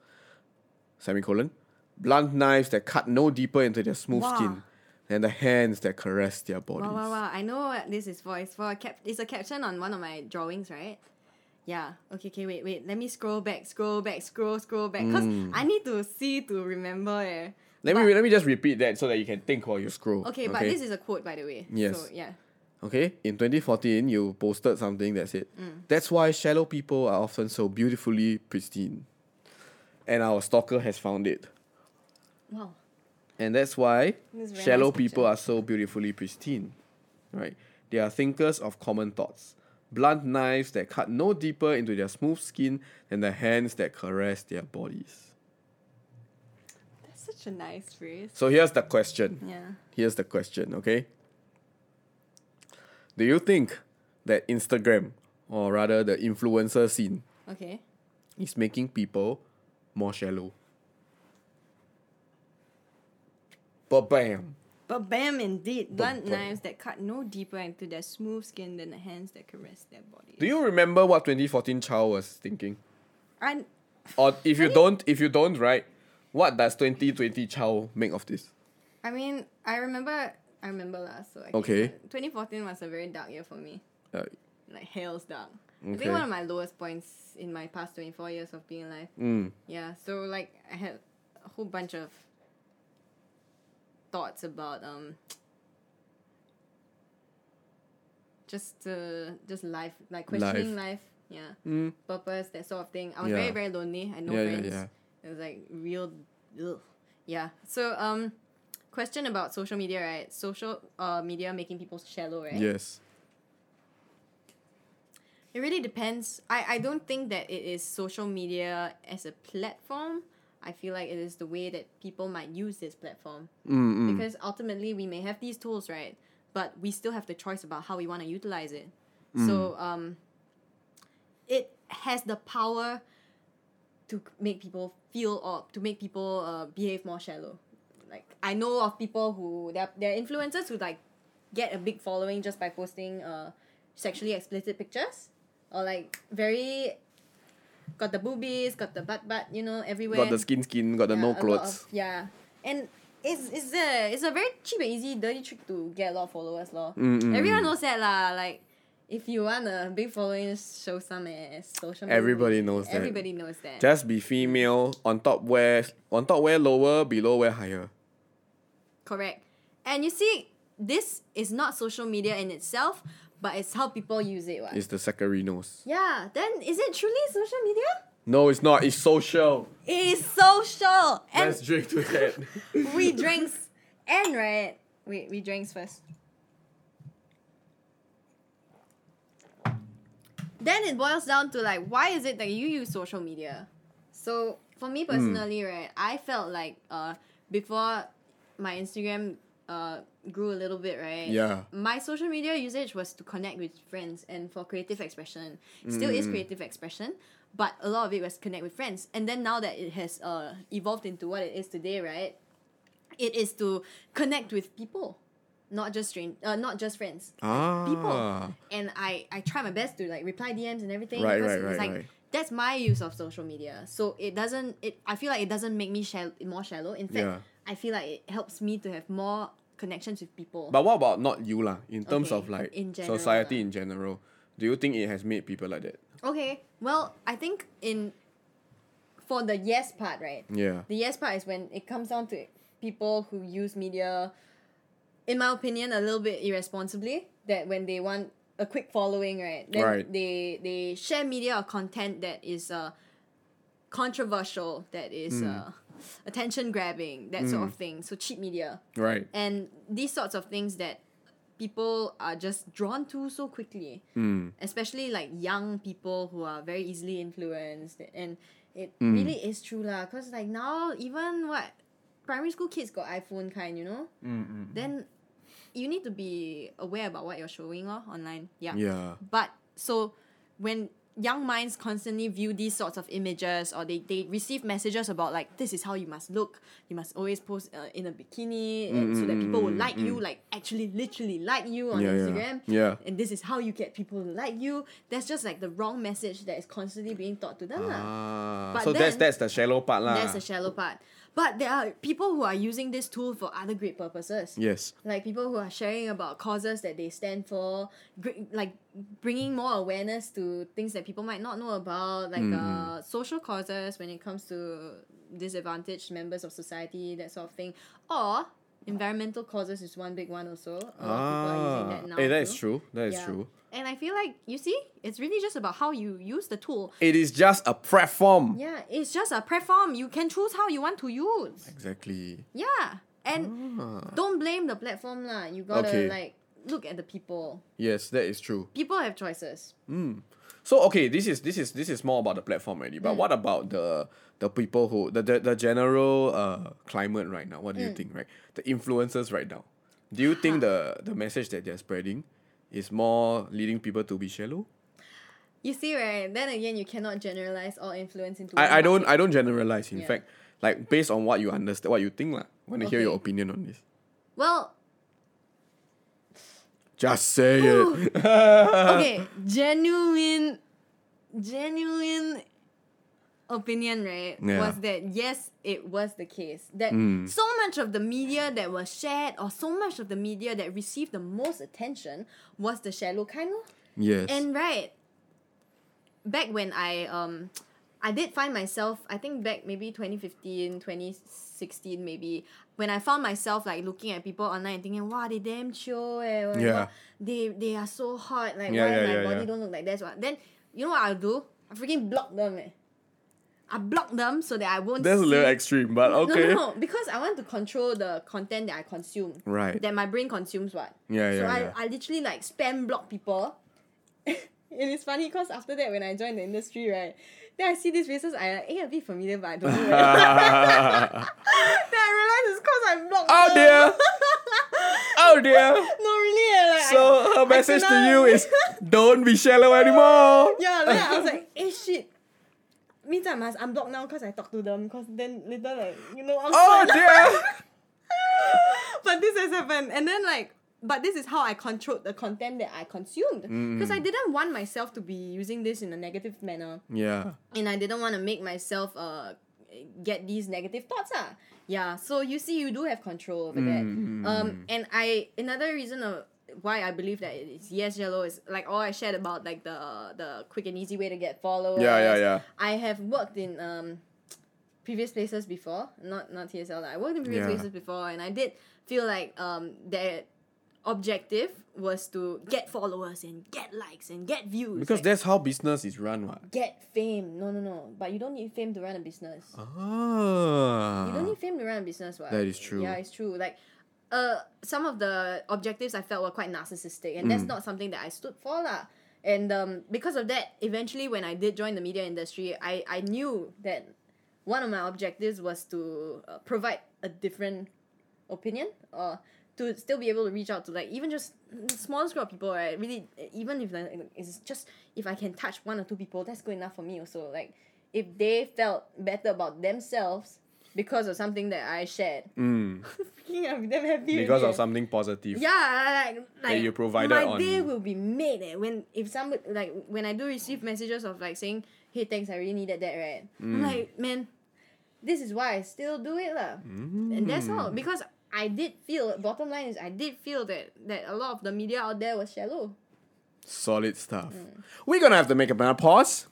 B: Semicolon, blunt knives that cut no deeper into their smooth
A: Wow.
B: skin, and the hands that caress their bodies.
A: Wow, wow, wow! I know what this is for. It's for a cap. It's a caption on one of my drawings, right? Yeah. Okay. Okay. Wait. Wait. Let me scroll back. Scroll back. Scroll. Scroll back. Cause
B: Mm.
A: I need to see to remember. Eh.
B: Let
A: But-
B: me let me just repeat that so that you can think while you scroll.
A: Okay, but this is a quote, by the way.
B: Yes.
A: So yeah.
B: Okay, in 2014, you posted something that said,
A: Mm.
B: That's why shallow people are often so beautifully pristine. And our stalker has found it.
A: Wow.
B: And that's why
A: This is a very
B: shallow
A: nice
B: people
A: picture.
B: are so beautifully pristine. Right? They are thinkers of common thoughts, blunt knives that cut no deeper into their smooth skin than the hands that caress their bodies.
A: That's such a nice phrase.
B: So here's the question.
A: Yeah.
B: Here's the question, okay? Do you think that Instagram, or rather the influencer scene,
A: Okay.
B: is making people more shallow? But bam!
A: But bam, indeed, blunt
B: bam.
A: knives that cut no deeper into their smooth skin than the hands that caress their body.
B: Do you remember what 2014 Chow was thinking?
A: I,
B: Or if you don't, if you don't, right? What does 2020 Chow make of this?
A: I mean, I remember, I remember last. So I can't-
B: Okay.
A: 2014 was a very dark year for me.
B: Uh,
A: Like hell's dark. I
B: Okay.
A: think one of my lowest points in my past 24 years of being alive.
B: mm,
A: Yeah, so like I had a whole bunch of thoughts about um just uh, just life, like questioning life, yeah,
B: mm,
A: purpose, that sort of thing. I was
B: Yeah.
A: very very lonely. I no
B: Yeah, yeah,
A: friends.
B: yeah.
A: It was like real, ugh. yeah. So um, question about social media, right? Social uh media making people shallow, right?
B: yes.
A: It really depends. I, I don't think that it is social media as a platform. I feel like it is the way that people might use this platform.
B: Mm, mm,
A: Because ultimately, we may have these tools, right? But we still have the choice about how we want to utilize it.
B: Mm.
A: So, um, it has the power to c- make people feel or to make people uh, behave more shallow. Like, I know of people who, they're, they're influencers who, like, get a big following just by posting uh, sexually explicit pictures or, like, very. Got the boobies, got the butt butt, you know, everywhere
B: Got the skin skin, got the no
A: a lot
B: clothes.
A: of- yeah, and it's it's a it's a very cheap and easy dirty trick to get a lot of followers, lor.
B: Mm, mm,
A: Everyone knows that lah. Like, if you want a big following, just show some ass. Social media.
B: Everybody knows that.
A: Everybody knows that.
B: Just be female, on top wear, on top wear lower, below wear higher.
A: Correct. And you see, this is not social media in itself, but it's how people use it. What?
B: It's the Saccharinos.
A: Yeah. Then is it truly social media?
B: No, it's not. It's social.
A: It is social, and
B: Let's drink to that.
A: we drinks, and right. Wait, we drinks first. then it boils down to like why is it that you use social media so for me personally right i felt like uh before my instagram uh grew a little bit, right?
B: Yeah.
A: My social media usage was to connect with friends and for creative expression. It Still is creative expression, but a lot of it was connect with friends. And then now that it has uh, evolved into what it is today, right? It is to connect with people, not just strange, uh, not just friends
B: Ah.
A: people. And I, I try my best to like reply DMs and everything.
B: Right,
A: because
B: right,
A: it's
B: right,
A: like,
B: right.
A: That's my use of social media. So it doesn't. It I feel like it doesn't make me shall, more shallow. In fact,
B: Yeah.
A: I feel like it helps me to have more connections with people.
B: But what about not you lah? In terms
A: Okay,
B: of like
A: in general
B: society
A: lah.
B: in general, do you think it has made people like that?
A: okay. Well, I think in for the yes part, right?
B: Yeah.
A: The yes part is when it comes down to people who use media, in my opinion, a little bit irresponsibly. That when they want a quick following, right? Then
B: Right.
A: They they share media or content that is uh, controversial, that
B: Hmm.
A: is uh, attention grabbing, that sort of thing. So cheap media
B: Right.
A: and these sorts of things that people are just drawn to so quickly especially like young people who are very easily influenced and it really is true lah because like now even what primary school kids got iphone kind you know then you need to be aware about what you're showing or online yeah
B: Yeah.
A: but so when young minds constantly view these sorts of images or they, they receive messages about like this is how you must look you must always post uh, in a bikini
B: Mm,
A: and so that people will like you like actually literally like you on
B: Yeah, yeah.
A: instagram
B: Yeah.
A: and this is how you get people to like you that's just like the wrong message that is constantly being taught to them lah.
B: Ah,
A: But
B: so that's
A: then-
B: that's the shallow part lah.
A: that's the shallow part but there are people who are using this tool for other great purposes
B: yes.
A: like people who are sharing about causes that they stand for gr- like bringing more awareness to things that people might not know about like uh,
B: Mm-hmm.
A: social causes when it comes to disadvantaged members of society that sort of thing or environmental causes is one big one also a lot of people are using that now
B: Ah. hey, Eh, that is
A: too.
B: true. That is
A: Yeah.
B: true.
A: and i feel like you see it's really just about how you use the tool
B: It is just a platform.
A: yeah it's just a platform you can choose how you want to use
B: Exactly.
A: yeah and don't blame the platform lah you gotta
B: Ah. Okay.
A: like look at the people
B: Yes, that is true.
A: people have choices.
B: So okay, this is this is this is more about the platform already.
A: Mm.
B: But what about the the people who the the, the general uh climate right now? What do
A: Mm.
B: you think, right? The influencers right now. Do you think the the message that they're spreading is more leading people to be shallow?
A: You see, right? Then again, you cannot generalize all influence into. one
B: I, I don't
A: market.
B: I don't generalize. In
A: Yeah.
B: fact, like based on what you understand, what you think, like want to hear your
A: Okay.
B: opinion on this.
A: well,
B: Just say
A: Ooh.
B: it. Uh.
A: okay, genuine, genuine opinion, right?
B: Yeah. Hmm.
A: Was that yes, it was the case that so much of the media that was shared or so much of the media that received the most attention was the shallow kind. lor.
B: yes.
A: And right, back when I um, I did find myself. I think back maybe 2015, 2016 maybe when I found myself like looking at people online and thinking, "Wow, they damn chill eh. wow,
B: Yeah.
A: wow, They they are so hot. Like
B: Yeah,
A: why
B: yeah,
A: my
B: yeah,
A: body
B: yeah.
A: don't look like that?" So, then you know what I'll do? I freaking block them. Eh. I block them so that I won't.
B: That's a little
A: see-
B: extreme, but
A: No,
B: okay.
A: No, no, because I want to control the content that I consume.
B: Right.
A: That my brain consumes what.
B: Yeah,
A: so
B: yeah,
A: I,
B: yeah.
A: I literally like spam block people. it is funny because after that when I joined the industry, right, then I see these faces, I like, eh, a bit familiar, but I don't know. where." then I realize it's because I blocked
B: oh
A: them.
B: dear. Oh dear.
A: No, really, eh, like,
B: So
A: I-
B: her
A: I
B: message to
A: kena-
B: you is don't be shallow anymore.
A: Yeah, then I was like, eh, shit. Means I must unblock now because I talk to them because then later like you know outside.
B: Oh dear.
A: but this has happened and then like but this is how i controlled the content that i consumed because i didn't want myself to be using this in a negative manner
B: Yeah.
A: and i didn't want to make myself uh get these negative thoughts ah. yeah so you see you do have control over
B: Mm-hmm.
A: that um and i another reason of why i believe that it's yes yellow is like all i shared about like the the quick and easy way to get followers
B: Yeah, yeah, yeah.
A: i have worked in um previous places before, not not TSL. Like, I worked in previous
B: Yeah.
A: places before, and I did feel like um their objective was to get followers and get likes and get views
B: Because
A: like,
B: that's how business is run, what?
A: get fame. No, no, no. But you don't need fame to run a business.
B: Ah.
A: You don't need fame to run a business, right?
B: That is true.
A: Yeah, it's true. Like, uh, some of the objectives I felt were quite narcissistic, and
B: Mm.
A: that's not something that I stood for, lah. And um, because of that, eventually, when I did join the media industry, I I knew that one of my objectives was to uh, provide a different opinion or to still be able to reach out to like even just the smallest group of people, right? Really, even if like, it's just if I can touch one or two people, that's good enough for me. Also, like if they felt better about themselves because of something that I shared, freaking, I'm damn happy.
B: Mm. because
A: already.
B: of something positive.
A: Yeah, like, like
B: you provided
A: my
B: on-
A: day will be made eh, when if somebody like when I do receive messages of like saying, "Hey, thanks, I really needed that," right?
B: Mm.
A: I'm like, man, this is why I still do it lah, and that's all
B: Mm.
A: because I did feel. Bottom line is, I did feel that that a lot of the media out there was shallow.
B: Solid stuff.
A: Mm.
B: We're gonna have to make another pause.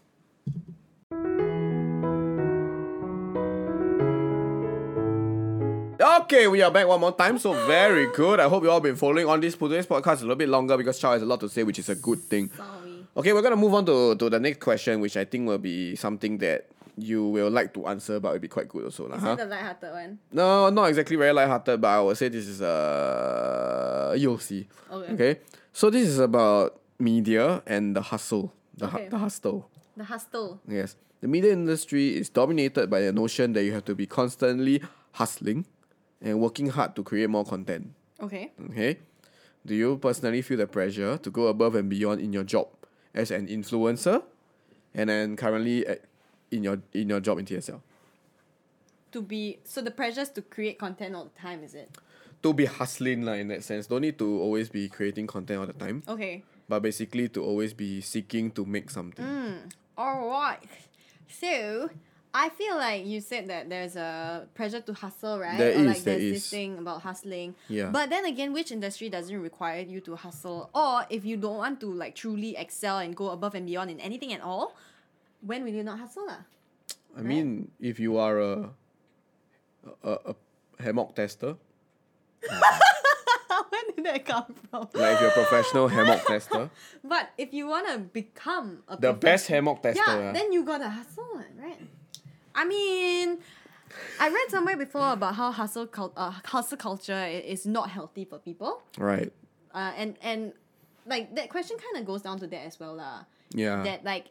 B: Okay, we are back one more time, so very good. I hope you all been following on this today's podcast a little bit longer because Charles has a lot to say, which is a good thing.
A: Sorry.
B: Okay, we're gonna move on to, to the next question, which I think will be something that you will like to answer, but it'll be quite good also. lah,
A: Is
B: huh?
A: it the light-hearted one?
B: No, not exactly very light-hearted, but I would say this is uh you'll see.
A: Okay.
B: So this is about media and the hustle. The, hu-
A: Okay.
B: the hustle.
A: The hustle.
B: Yes. The media industry is dominated by the notion that you have to be constantly hustling and working hard to create more content.
A: Okay.
B: Okay? Do you personally feel the pressure to go above and beyond in your job as an influencer and then currently at, in your in your job in TSL?
A: To be so the pressures to create content all the time is it?
B: to be hustling like, in that sense. Don't need to always be creating content all the time,
A: Okay.
B: but basically to always be seeking to make something.
A: Mm, All right. So I feel like you said that there's a pressure to hustle, right?
B: There
A: or
B: is,
A: like
B: there
A: there's
B: is.
A: this thing about hustling.
B: Yeah.
A: But then again, which industry doesn't require you to hustle? Or if you don't want to like truly excel and go above and beyond in anything at all, when will you not hustle? lah?
B: I mean, if you are a a, a hammock tester,
A: Where did that come from?
B: like if you're a professional hammock tester,
A: But if you wanna become a
B: the
A: profe-
B: best hammock tester.
A: Yeah,
B: ah.
A: then you gotta hustle, what, right? I mean, I read somewhere before about how hustle cul- uh, hustle culture i- is not healthy for people,
B: right.
A: uh, and and like that question kind of goes down to that as well, lah.
B: Yeah.
A: That like,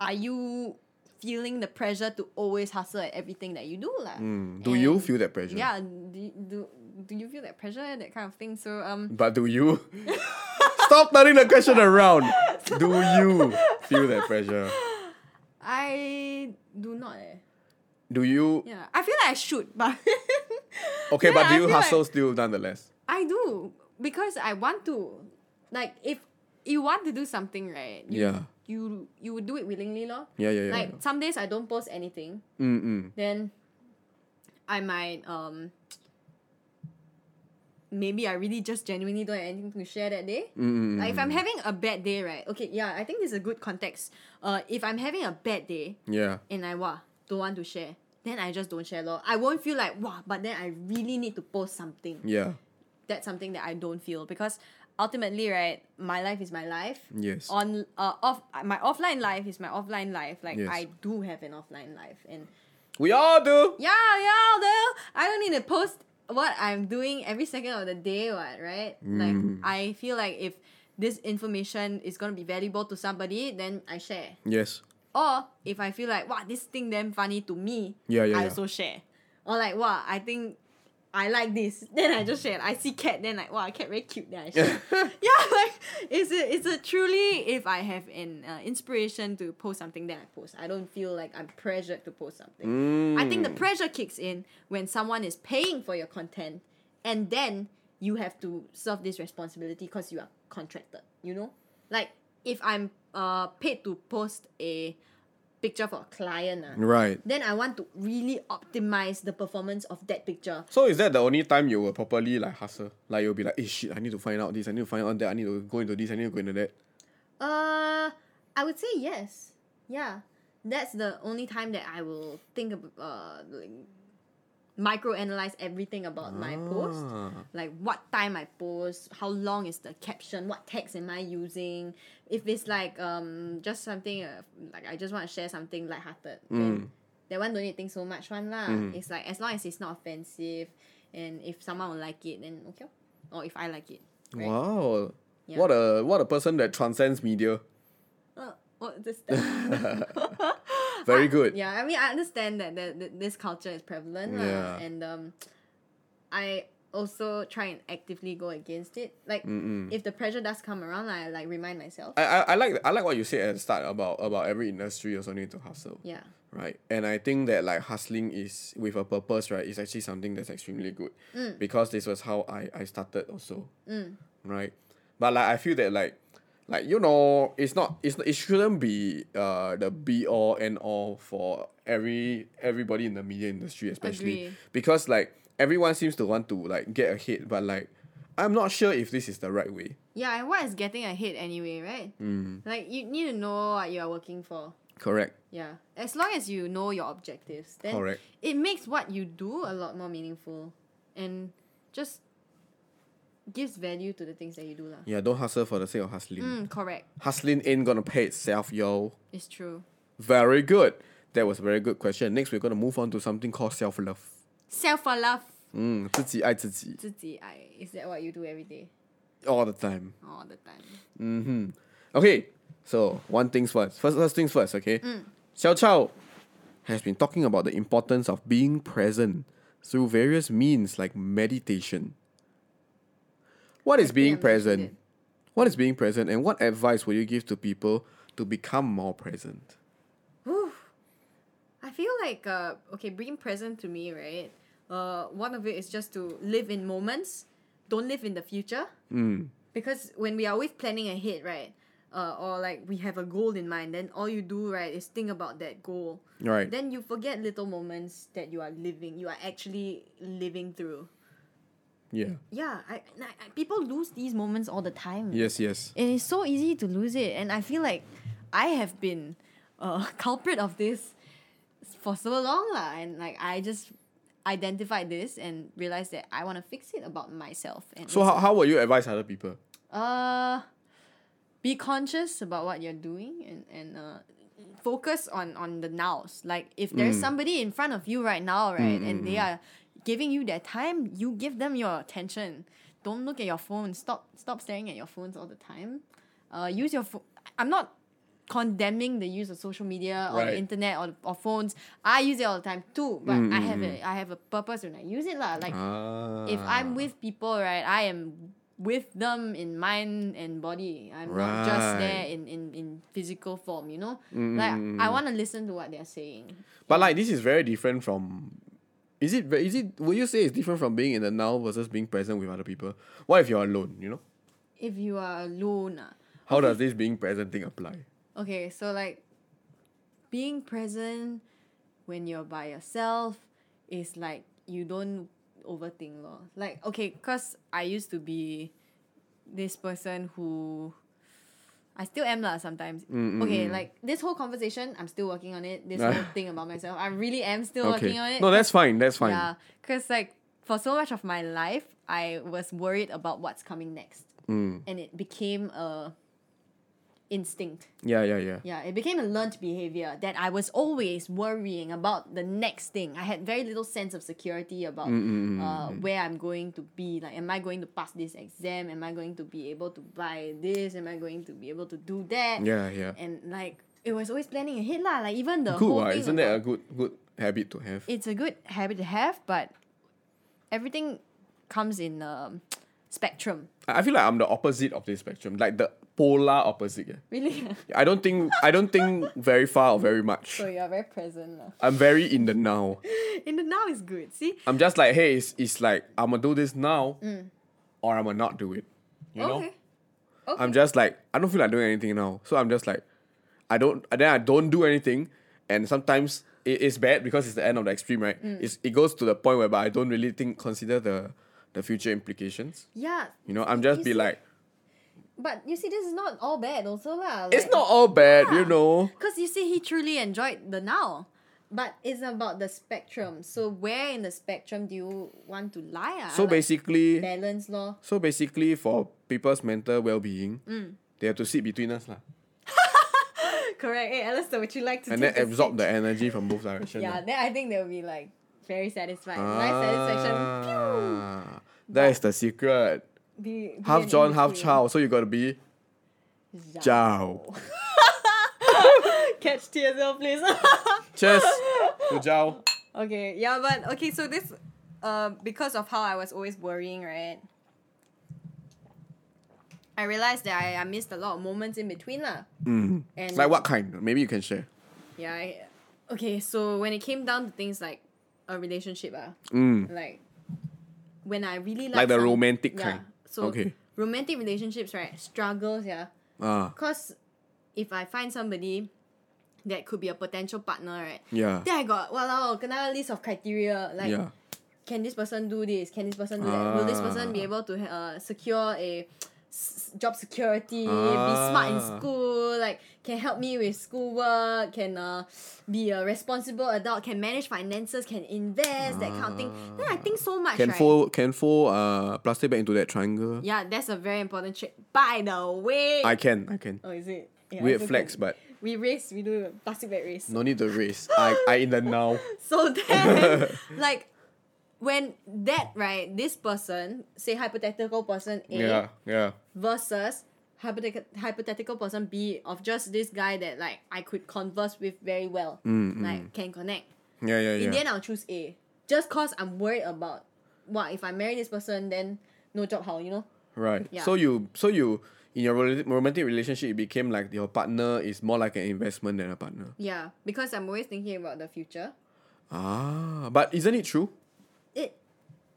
A: are you feeling the pressure to always hustle at everything that you do, lah?
B: Mm. Do you
A: And-
B: feel that pressure?
A: Yeah. Do, do do you feel that pressure, that kind of thing? So um,
B: But do you? Stop turning the question around. Do you feel that pressure?
A: I do not. Eh.
B: Do you?
A: Yeah, I feel like I should, but
B: Okay,
A: Yeah,
B: but do
A: I
B: you
A: feel like-
B: hustle still nonetheless?
A: I do because I want to. Like if you want to do something, right? You,
B: Yeah.
A: You you would do it willingly, lor.
B: Yeah, yeah,
A: Mm.
B: yeah.
A: Like some days I don't post anything,
B: yeah. Mm, mm.
A: then I might um. Maybe I really just genuinely don't have anything to share that day.
B: Mm-hmm.
A: Like if I'm having a bad day, right? Okay, yeah, I think this is a good context. Uh, if I'm having a bad day,
B: Yeah.
A: and I wah, don't want to share, then I just don't share lor. I won't feel like wah, but then I really need to post something.
B: Yeah.
A: That's something that I don't feel because ultimately, right, my life is my life.
B: Yes.
A: On uh off my offline life is my offline life. Like
B: Yes.
A: I do have an offline life and
B: We all do.
A: yeah, yeah, though I don't need to post what I'm doing every second of the day, what right?
B: Mm.
A: Like I feel like if this information is gonna be valuable to somebody, then I share.
B: Yes.
A: Or if I feel like wow, this thing damn funny to me,
B: Yeah, yeah,
A: I
B: yeah.
A: also share. Or like wow, I think I like this, then I just share. I see cat, then like wow, cat very cute, then I share. yeah, like it's a, it's a truly if I have an uh, inspiration to post something, then I post. I don't feel like I'm pressured to post something.
B: Mm.
A: I think the pressure kicks in when someone is paying for your content, and then you have to serve this responsibility because you are contracted. You know, like if I'm uh paid to post a picture for a client, ah,
B: Right.
A: then I want to really optimize the performance of that picture.
B: So is that the only time you will properly like hustle? Like you'll be like, eh shit, I need to find out this, I need to find out that, I need to go into this, I need to go into that.
A: Uh, I would say yes. Yeah, that's the only time that I will think of uh, like, micro analyze everything about my post.
B: Ah.
A: Like what time I post, how long is the caption, what text am I using? If it's like um just something uh, like I just want to share something lighthearted, then that one don't need to think so much one lah. It's like as long as it's not offensive, and if someone will like it, then okay, lor. or if I like it. Right?
B: Wow.
A: Yeah.
B: What a what a person that transcends media.
A: Uh, what this that?
B: Very good.
A: Yeah, I mean I understand that, that, that this culture is prevalent lah,
B: Yeah.
A: and um I also try and actively go against it. Like if the pressure does come around, I like remind myself.
B: I, I, I like I like what you said at the start about about every industry also need to hustle.
A: yeah.
B: Right. And I think that like hustling is with a purpose, right, is actually something that's extremely good. Because this was how I, I started also. Right. But like I feel that like like you know, it's not it's it shouldn't be uh the be all and all for every everybody in the media industry especially.
A: Agree.
B: Because like everyone seems to want to like get ahead, but like I'm not sure if this is the right way.
A: Yeah, and what is getting a hit anyway, right?
B: Mm-hmm.
A: Like you need to know what you are working for.
B: Correct.
A: Yeah. As long as you know your objectives, then
B: Correct.
A: it makes what you do a lot more meaningful and just gives value to the things that you do. lah.
B: Yeah, don't hustle for the sake of hustling.
A: Mm, correct.
B: Hustling ain't gonna pay itself, yo.
A: It's true.
B: Very good. That was a very good question. Next, we're gonna move on to something called self love.
A: Self for love.
B: Mm, 自己爱自己
A: 自己爱. Is that what you do every day?
B: all the time.
A: All the time.
B: Okay, so one things first. First, first things first. Okay,
A: Mm.
B: Xiao Chao has been talking about the importance of being present through various means like meditation. What is
A: think I
B: being
A: mentioned it.
B: present? What is being present, and what advice would you give to people to become more present?
A: I feel like uh okay, being present to me, right? Uh one of it is just to live in moments. Don't live in the future. Because when we are always planning ahead, right? Uh, or like we have a goal in mind, then all you do, right, is think about that goal.
B: Right.
A: Then you forget little moments that you are living, you are actually living through.
B: Yeah.
A: Yeah, I, I I- people lose these moments all the time.
B: Yes. Yes.
A: It is so easy to lose it, and I feel like I have been a culprit of this for so long, lah. And like I just identified this and realized that I want to fix it about myself. And
B: So how, how will you advise other people?
A: uh, be conscious about what you're doing and and uh, focus on on the nows. Like if there's somebody in front of you right now, right, and they are giving you their time, you give them your attention. Don't look at your phone. Stop stop staring at your phones all the time. Uh, use your phone. I'm not condemning the use of social media or the
B: Right.
A: internet or, or phones. I use it all the time too, but I have a I have a purpose when I use it lah. Like
B: Ah.
A: if I'm with people, right, I am with them in mind and body. I'm not just there
B: Right.
A: in, in, in physical form, you know? Like I wanna listen to what they're saying.
B: But like this is very different from is it ve- is it would you say it's different from being in the now versus being present with other people? What if you're alone, you know?
A: If you are alone. ah.
B: How does this being present thing apply?
A: Okay, so like being present when you're by yourself is like you don't overthink law. Like okay, cause I used to be this person who I still am lah sometimes. Okay, like this whole conversation, I'm still working on it. This whole thing about myself, I really am still working on it.
B: No, that's fine, that's fine.
A: yeah, cause like for so much of my life, I was worried about what's coming next,
B: Mm.
A: and it became a instinct.
B: Yeah, yeah, yeah.
A: Yeah, it became a learned behavior that I was always worrying about the next thing. I had very little sense of security about
B: Mm,
A: uh, where I'm going to be. Like, am I going to pass this exam? Am I going to be able to buy this? Am I going to be able to do that?
B: Yeah, yeah.
A: And like, it was always planning ahead lah. Like even the
B: Good
A: whole
B: one.
A: thing
B: Isn't that a
A: about-
B: good good habit to have?
A: it's a good habit to have, but everything comes in um, spectrum.
B: I I feel like I'm the opposite of this spectrum. Like the polar opposite. Yeah.
A: Really,
B: I don't think I don't think very far or very much.
A: so you are very present lah.
B: I'm very in the now.
A: In the now is good. See,
B: I'm just like, hey, it's, it's like I'm gonna do this now, or I'm gonna not do it. You know,
A: Mm. okay, okay.
B: I'm just like I don't feel like doing anything now, so I'm just like, I don't. Then I don't do anything, and sometimes it, it's bad because it's the end of the extreme, right?
A: Mm.
B: It's, it goes to the point where I don't really think consider the the future implications.
A: yeah.
B: You know, I'm just
A: You
B: be
A: see-
B: like,
A: But you see, this is not all bad, Ah. also lah.
B: it's not all bad, you
A: Yeah.
B: know.
A: because you see, he truly enjoyed the now, but it's about the spectrum. So where in the spectrum do you want to lie? ah?
B: So
A: Like,
B: basically,
A: balance law.
B: so basically, for people's mental well being,
A: Mm.
B: they have to sit between us, lah,
A: Correct. Hey, Alistair, would you like to?
B: and
A: take
B: then
A: a
B: absorb
A: sip?
B: the energy from both directions. lah.
A: Yeah, then I think they'll be like very satisfied. Life satisfaction. Pew!
B: Ah, That is the secret.
A: Be, be
B: Half
A: an
B: John, half
A: in-between.
B: Chow. So you gotta be
A: Ja.
B: Chow.
A: Catch TSL, please.
B: Cheers to Chow.
A: okay, yeah, but okay, so this uh, because of how I was always worrying, right? I realized that I, I missed a lot of moments in between, lah. And
B: Mm. Like what kind? Maybe you can share.
A: yeah. I, okay, so when it came down to things like a relationship, ah, like when I really like,
B: Like the
A: some-
B: romantic
A: yeah,
B: kind.
A: So
B: Okay.
A: romantic relationships, right? Struggles, yeah.
B: Ah,
A: Cause if I find somebody that could be a potential partner, right?
B: yeah.
A: Then I got wow, kena list of criteria like
B: Yeah.
A: can this person do this? Can this person do that? Will this person be
B: Ah.
A: able to uh, secure a s- job security? Be smart in
B: Ah.
A: school? Like can help me with schoolwork? Can uh, be a responsible adult? Can manage finances? Can invest? That kind of thing. Then I think so much.
B: Ah. Can
A: right?
B: fold can fold uh plastic back into that triangle.
A: Yeah, that's a very important trait. By the way,
B: I can, I can.
A: oh, is it yeah,
B: Weird
A: so
B: flex,
A: can-
B: but
A: we race. We do plastic bag race.
B: no need to race. I I in the now.
A: So then, like, when that right, this person say hypothetical person A
B: Yeah, yeah.
A: versus hypothet- hypothetical person B of just this guy that like I could converse with very well, like can connect.
B: Yeah, yeah,
A: In the end,
B: yeah.
A: I'll choose A just cause I'm worried about what if I marry this person then no job how you know.
B: Right.
A: Yeah.
B: So you so you in your rela- romantic relationship it became like your partner is more like an investment than a partner.
A: Yeah, because I'm always thinking about the future.
B: Ah, but isn't it true?
A: it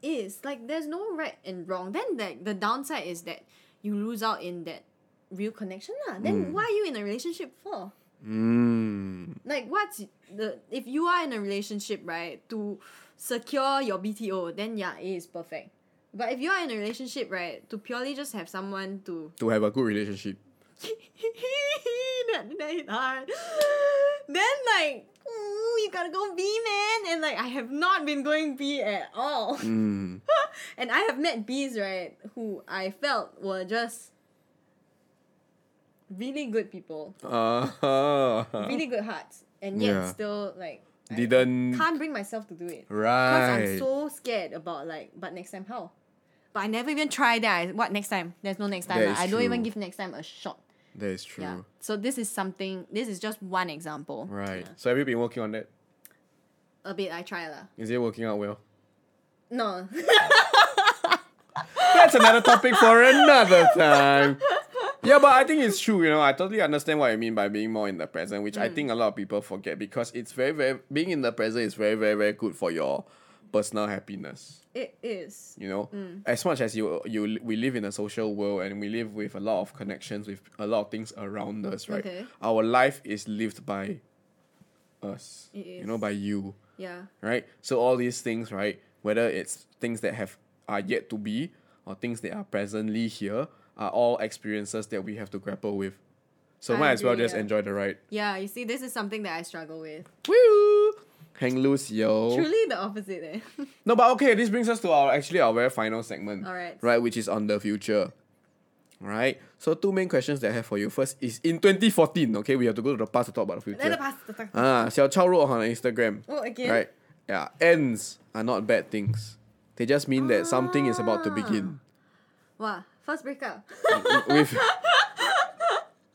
A: is like there's no right and wrong then like the downside is that you lose out in that real connection lah. then why are you in a relationship for
B: Mm.
A: like what's the if you are in a relationship right to secure your bto then yeah it is perfect but if you are in a relationship right to purely just have someone to
B: To have a good relationship.
A: that, that hit hard. then like ooh, you gotta go b man and like i have not been going b at all
B: Mm.
A: And I have met bees, right, who I felt were just really good people,
B: Uh,
A: really good hearts, and yet
B: Yeah.
A: still like I
B: didn't
A: can't bring myself to do it because I'm
B: right.
A: so scared about like, but next time how? But I never even try that. I- What next time? There's no next time.
B: That
A: lah.
B: is
A: I don't even
B: true.
A: give next time a shot.
B: that is true.
A: Yeah. So this is something. This is just one example.
B: Right.
A: Yeah.
B: So have you been working on that?
A: A bit I try lah.
B: Is it working out well?
A: No.
B: That's another topic for another time. Yeah, but I think it's true, you know. I totally understand what you mean by being more in the present, which
A: Mm.
B: I think a lot of people forget because it's very, very being in the present is very, very, very good for your personal happiness.
A: it is.
B: You know,
A: Mm.
B: as much as you you li- we live in a social world and we live with a lot of connections with a lot of things around us, right?
A: Okay.
B: Our life is lived by us.
A: It
B: You know,
A: is.
B: by you
A: Yeah.
B: right? So all these things, right? Whether it's things that have are yet to be or things that are presently here, are all experiences that we have to grapple with. So
A: I
B: might as well
A: agree,
B: just
A: yeah.
B: enjoy the ride.
A: Yeah. You see, this is something that I struggle with.
B: Woo! Hang loose, yo.
A: Truly the opposite. Eh?
B: No, but okay, this brings us to our actually our very final segment.
A: Alright.
B: Right, which is on the future. Right? So two main questions that I have for you. First is in 2014, okay, we have to go to the past to talk about the future.
A: Then the past- the- the-
B: Ah, Xiao Chao wrote on Instagram.
A: Oh, again?
B: Right. Yeah. Ends are not bad things. They just mean that something is about to
A: Ah.
B: begin.
A: Wow, first breakup.
B: With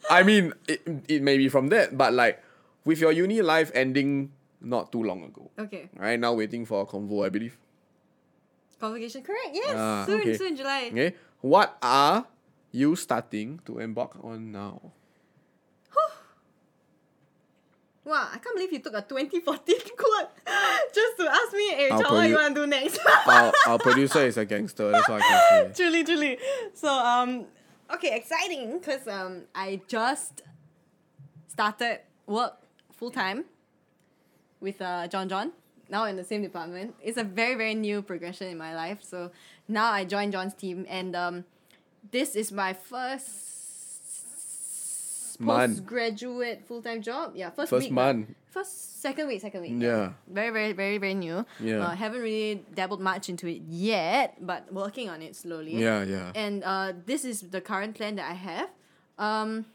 B: I mean, it, it may be from that, but like with your uni life ending not too long ago.
A: okay.
B: Right now waiting for a convo, I believe.
A: Convocation correct. Yes.
B: Ah,
A: soon,
B: okay.
A: soon, July.
B: Okay. What are you starting to embark on now?
A: Wow, I can't believe you took a 2014 quote just to ask me, hey,
B: I'll
A: Chao, what
B: produ-
A: you want to do next?
B: our, our producer is a gangster, that's what I can say.
A: truly, truly. So, um, okay, exciting because um, I just started work full time with uh, John John. Now in the same department, it's a very very new progression in my life. So now I joined John's team, and um, this is my first
B: Month.
A: postgraduate full time job. Yeah, first
B: First
A: week, right?
B: month.
A: First second week, second week.
B: Yeah.
A: Very, very, very, very new.
B: Yeah.
A: Uh, haven't really dabbled much into it yet, but working on it slowly.
B: Yeah, yeah.
A: And uh, this is the current plan that I have. Um,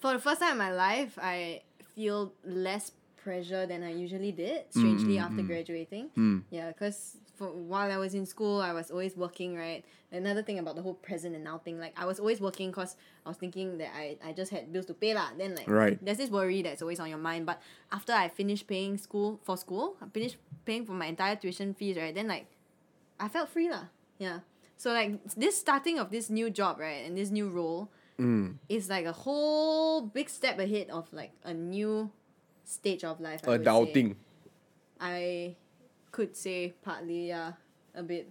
A: for the first time in my life, I feel less pressure than I usually did, strangely, after graduating. Yeah, because for while I was in school, I was always working, right? Another thing about the whole present and now thing, like I was always working because I was thinking that I, I just had bills to pay lah. Then like
B: Right.
A: there's this worry that's always on your mind. But after I finished paying school for school, I finished paying for my entire tuition fees, right? Then like I felt free lah. Yeah. So like this starting of this new job, right, and this new role is like a whole big step ahead of like a new stage of life. I would say.
B: Adulting.
A: I could say partly, yeah, a bit,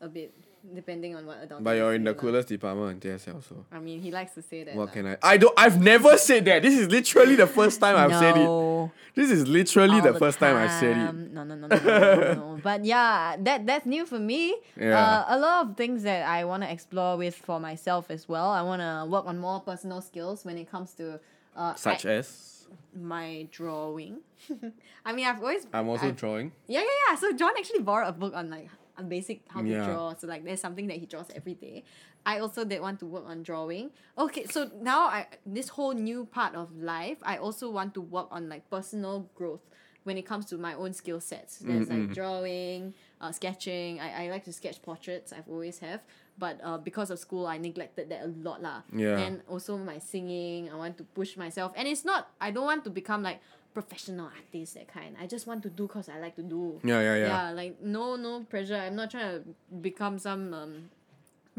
A: a bit, depending on what adult.
B: But you're in the
A: cooler.
B: coolest department in TSL, so.
A: I mean, he likes to say that.
B: What
A: lah.
B: can I? I don't. I've never said that. This is literally the first time I've said it.
C: No,
B: This is literally
C: all
B: the first time. I've said it.
C: time. No, no, no, no, no, no, no. But yeah, that that's new for me.
B: Yeah.
C: Uh, a lot of things that I want to explore with for myself as well. I want to work on more personal skills when it comes to uh,
B: Such
C: I-
B: as
C: my drawing.
A: I mean, I've always.
B: I'm also
A: I've-
B: drawing.
A: yeah, yeah, yeah. So John actually borrowed a book on like a basic how to
B: Yeah.
A: draw. So like, there's something that he draws every day. I also did want to work on drawing. Okay, so now I this whole new part of life, I also want to work on like personal growth when it comes to my own skill sets.
B: Mm,
A: There's
B: mm-hmm.
A: like drawing, uh, sketching. I, I like to sketch portraits. I've always have, but uh, because of school, I neglected that a lot lah.
B: Yeah.
A: And also my singing. I want to push myself, and it's not. I don't want to become like professional artist that kind. I just want to do cause I like to do.
B: Yeah, yeah, yeah.
A: like no, no pressure. I'm not trying to become some um,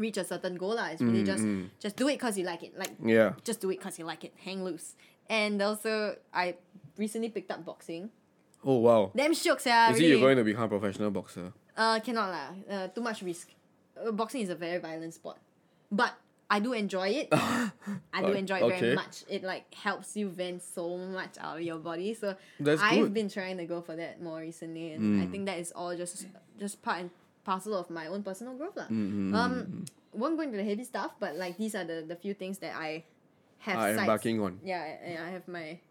A: reach a certain goal lah. It's really
B: Mm,
A: just just do it cause you like it. Like
B: Yeah.
A: just do it cause you like it. Hang loose. And also, I recently picked up boxing.
B: Oh wow.
A: Damn shook, yeah.
B: Is it you're going to become a professional boxer?
A: Uh, cannot lah. Uh, too much risk. Uh, boxing is a very violent sport, but I do enjoy it. I do
B: Uh,
A: enjoy it
B: okay.
A: very much. It like helps you vent so much out of your body. So
B: That's
A: I've
B: good. Hmm.
A: been trying to go for that more recently, and I think that is all just just part and parcel of my own personal growth lah.
B: Hmm,
A: Um, won't go into the heavy stuff, but like these are the the few things that I have.
B: I'm
A: sights-
B: embarking on.
A: Yeah, I, I have my.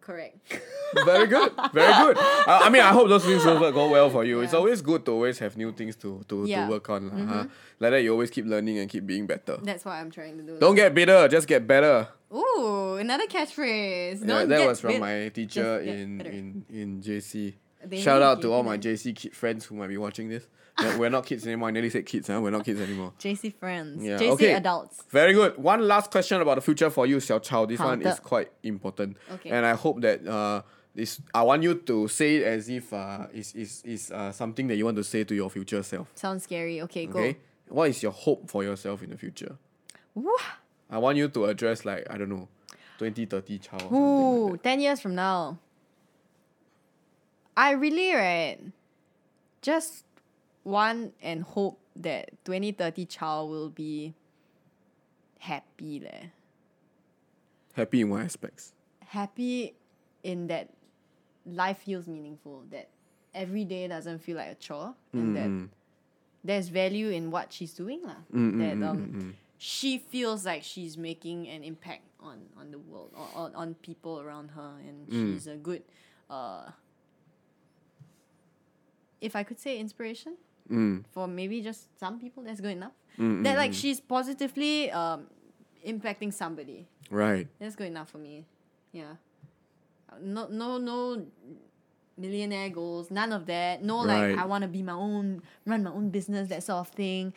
A: Correct.
B: Very good. Very good. I, I mean, I hope those things will work- go well for you. It's
A: Yeah.
B: always good to always have new things to to,
A: Yeah.
B: to work on. lah, huh? Like that, you always keep learning and keep being better.
A: That's what I'm trying to do.
B: Don't get bitter. Just get better.
A: Ooh, another catchphrase.
B: Yeah,
A: Don't
B: Uh, that
A: get
B: was from
A: bit-
B: my teacher
A: Just get
B: in,
A: better.
B: in in JC.
A: They
B: Shout
A: really
B: out to
A: gave
B: all
A: it a-
B: my JC kid friends who might be watching this. We're- We're not kids anymore. I nearly said kids. Huh? We're not kids anymore.
C: JC friends,
B: Yeah,
C: JC
B: okay.
C: adults.
B: Very good. One last question about the future for you, Xiao Chao. This one
C: Counter.
B: is quite important.
A: Okay.
B: And I hope that uh, this I want you to say it as if uh, it's, it's, it's uh, something that you want to say to your future self.
C: Sounds scary. Okay, go.
B: Okay? What is your hope for yourself in the future?
C: Woo.
B: I want you to address like, I don't know, 2030 Chao or
C: Ooh,
B: something like that.
C: 10 years from now. I really, right, just want and hope that 2030 child will be happy. Leh.
B: Happy in what aspects?
C: Happy in that life feels meaningful, that every day doesn't feel like a chore, and that there's value in what she's doing. lah. that um, she feels like she's making an impact on, on the world, or, on on people around her, and she's a good, uh, if I could say, inspiration
B: Mm.
C: for maybe just some people. That's good enough. That like she's positively um, impacting somebody.
B: Right.
C: That's good enough for me. Yeah. No, no, no millionaire goals, none of that. No,
B: Right.
C: like, I want to be my own, run my own business, that sort of thing.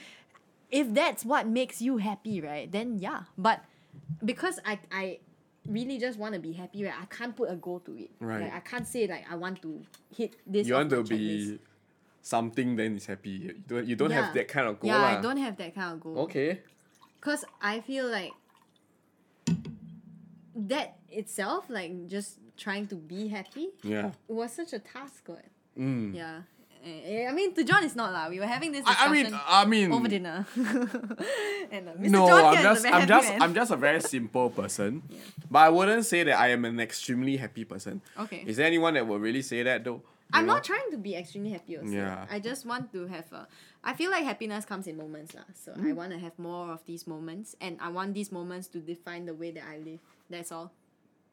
C: If that's what makes you happy, right, then yeah. But
A: Because I, I really just want to be happy, right? I can't put a goal to it.
B: Right.
A: Like, I can't say, like, I want to hit this.
B: you
A: off my
B: want to
A: checklist.
B: be something then it's happy you don't, you don't have
A: Yeah.
B: that kind of goal
A: Yeah,
B: lah.
A: I don't have that kind of goal.
B: okay
A: Because I feel like that itself, like, just trying to be happy
B: yeah
A: was such a task. What?
B: mm.
A: Yeah. Eh, eh, I mean, to John, it's not lah. We were having this
B: I, I
A: discussion
B: mean i mean
A: over dinner. and uh, Mr.
B: no
A: John
B: i'm
A: here is a
B: just
A: very
B: i'm
A: happy
B: just
A: man.
B: i'm just a very simple person but i wouldn't say that i am an extremely happy person
A: Okay.
B: is there anyone that will really say that though
A: I'm
B: You know?
A: not trying to be extremely happy also.
B: Yeah.
A: I just want to have a I feel like happiness comes in moments lah. So
B: Mm.
A: I want to have more of these moments and I want these moments to define the way that I live. That's all.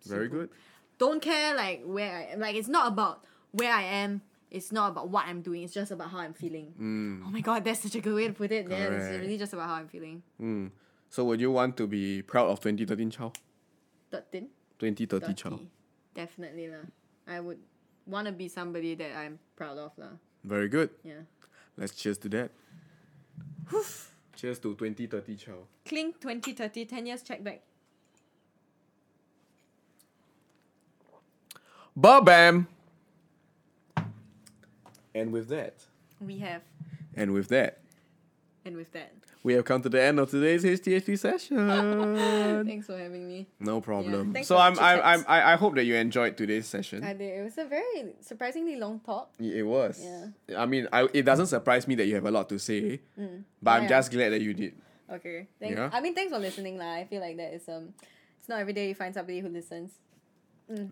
B: very good
A: Don't care like where I am. Like it's not about where I am. It's not about what I'm doing. It's just about how I'm feeling. Oh my god, that's such a good way to put it. Yeah, it's
B: Mm. Correct.
A: really just about how I'm feeling.
B: mm. so would you want to be proud of 2013 chow
A: 13,
B: 2030
A: 30.
B: chow
A: Definitely lah. I would want to be somebody that I'm proud of lah.
B: Very good.
A: Yeah.
B: Let's cheers to that. cheers to 2030, child.
A: Cling 2030, 10 years check back.
B: Ba bam. And with that,
A: We have,
B: and with that,
A: and with that.
B: we have come to the end of today's HTHP session.
A: Thanks for having me.
B: no problem.
A: Thanks
B: so
A: for the
B: I'm, I'm, I'm,
A: chit-chats.
B: I I hope that you enjoyed today's session.
A: I did. It was a very surprisingly long talk.
B: Yeah, It was.
A: Yeah. Mm.
B: I mean, I, it doesn't surprise me that you have a lot to say, but I'm
A: Yeah.
B: just glad that you did.
A: Okay. Thank,
B: Yeah.
A: I mean, thanks for listening lah. I feel like that is um, it's not every day you find somebody who listens.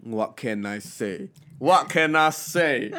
B: What can I say? What can I say?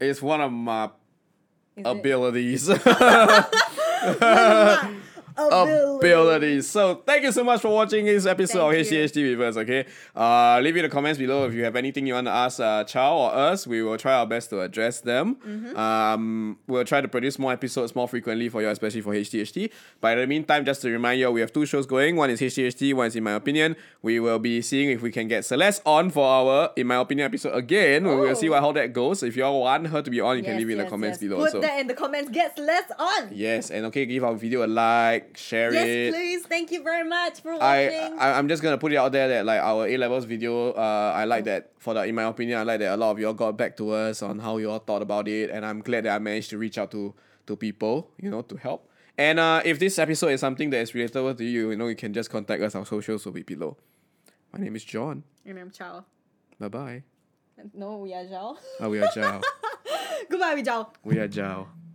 B: it's one of my
A: Is it?
B: abilities.
A: Ability.
B: abilities. So thank you so much for watching this episode
A: Thank
B: of
A: you.
B: HCHT Reverse, okay? Uh, leave in the comments below if you have anything you want to ask uh, Chow or us. We will try our best to address them.
A: Mm-hmm.
B: Um, we'll try to produce more episodes more frequently for you, especially for HTHT. But in the meantime, just to remind you, we have two shows going. One is HTHT, one is In My Opinion. We will be seeing if we can get Celeste on for our In My Opinion episode again. We will see
A: Oh.
B: how that goes. If you all want her to be on, you can
A: Yes,
B: leave it in the
A: yes,
B: comments
A: yes.
B: below.
A: Put
B: also.
A: that in the comments. Gets less on.
B: Yes, and okay, give our video a like, share
A: Yes,
B: it.
A: please. Thank you very much for
B: I,
A: watching.
B: I I'm just gonna put it out there that like our A levels video, uh, I like that for the in my opinion, I like that a lot of y'all got back to us on how y'all thought about it, and I'm glad that I managed to reach out to to people, you know, to help. And uh, if this episode is something that is relatable to you, you know, you can just contact us. Our socials will be below. My name is John.
A: and I'm Chao.
B: Bye bye.
A: No, we are Zhao.
B: Oh, we are Zhao.
A: Goodbye, we Zhao.
B: we are Zhao.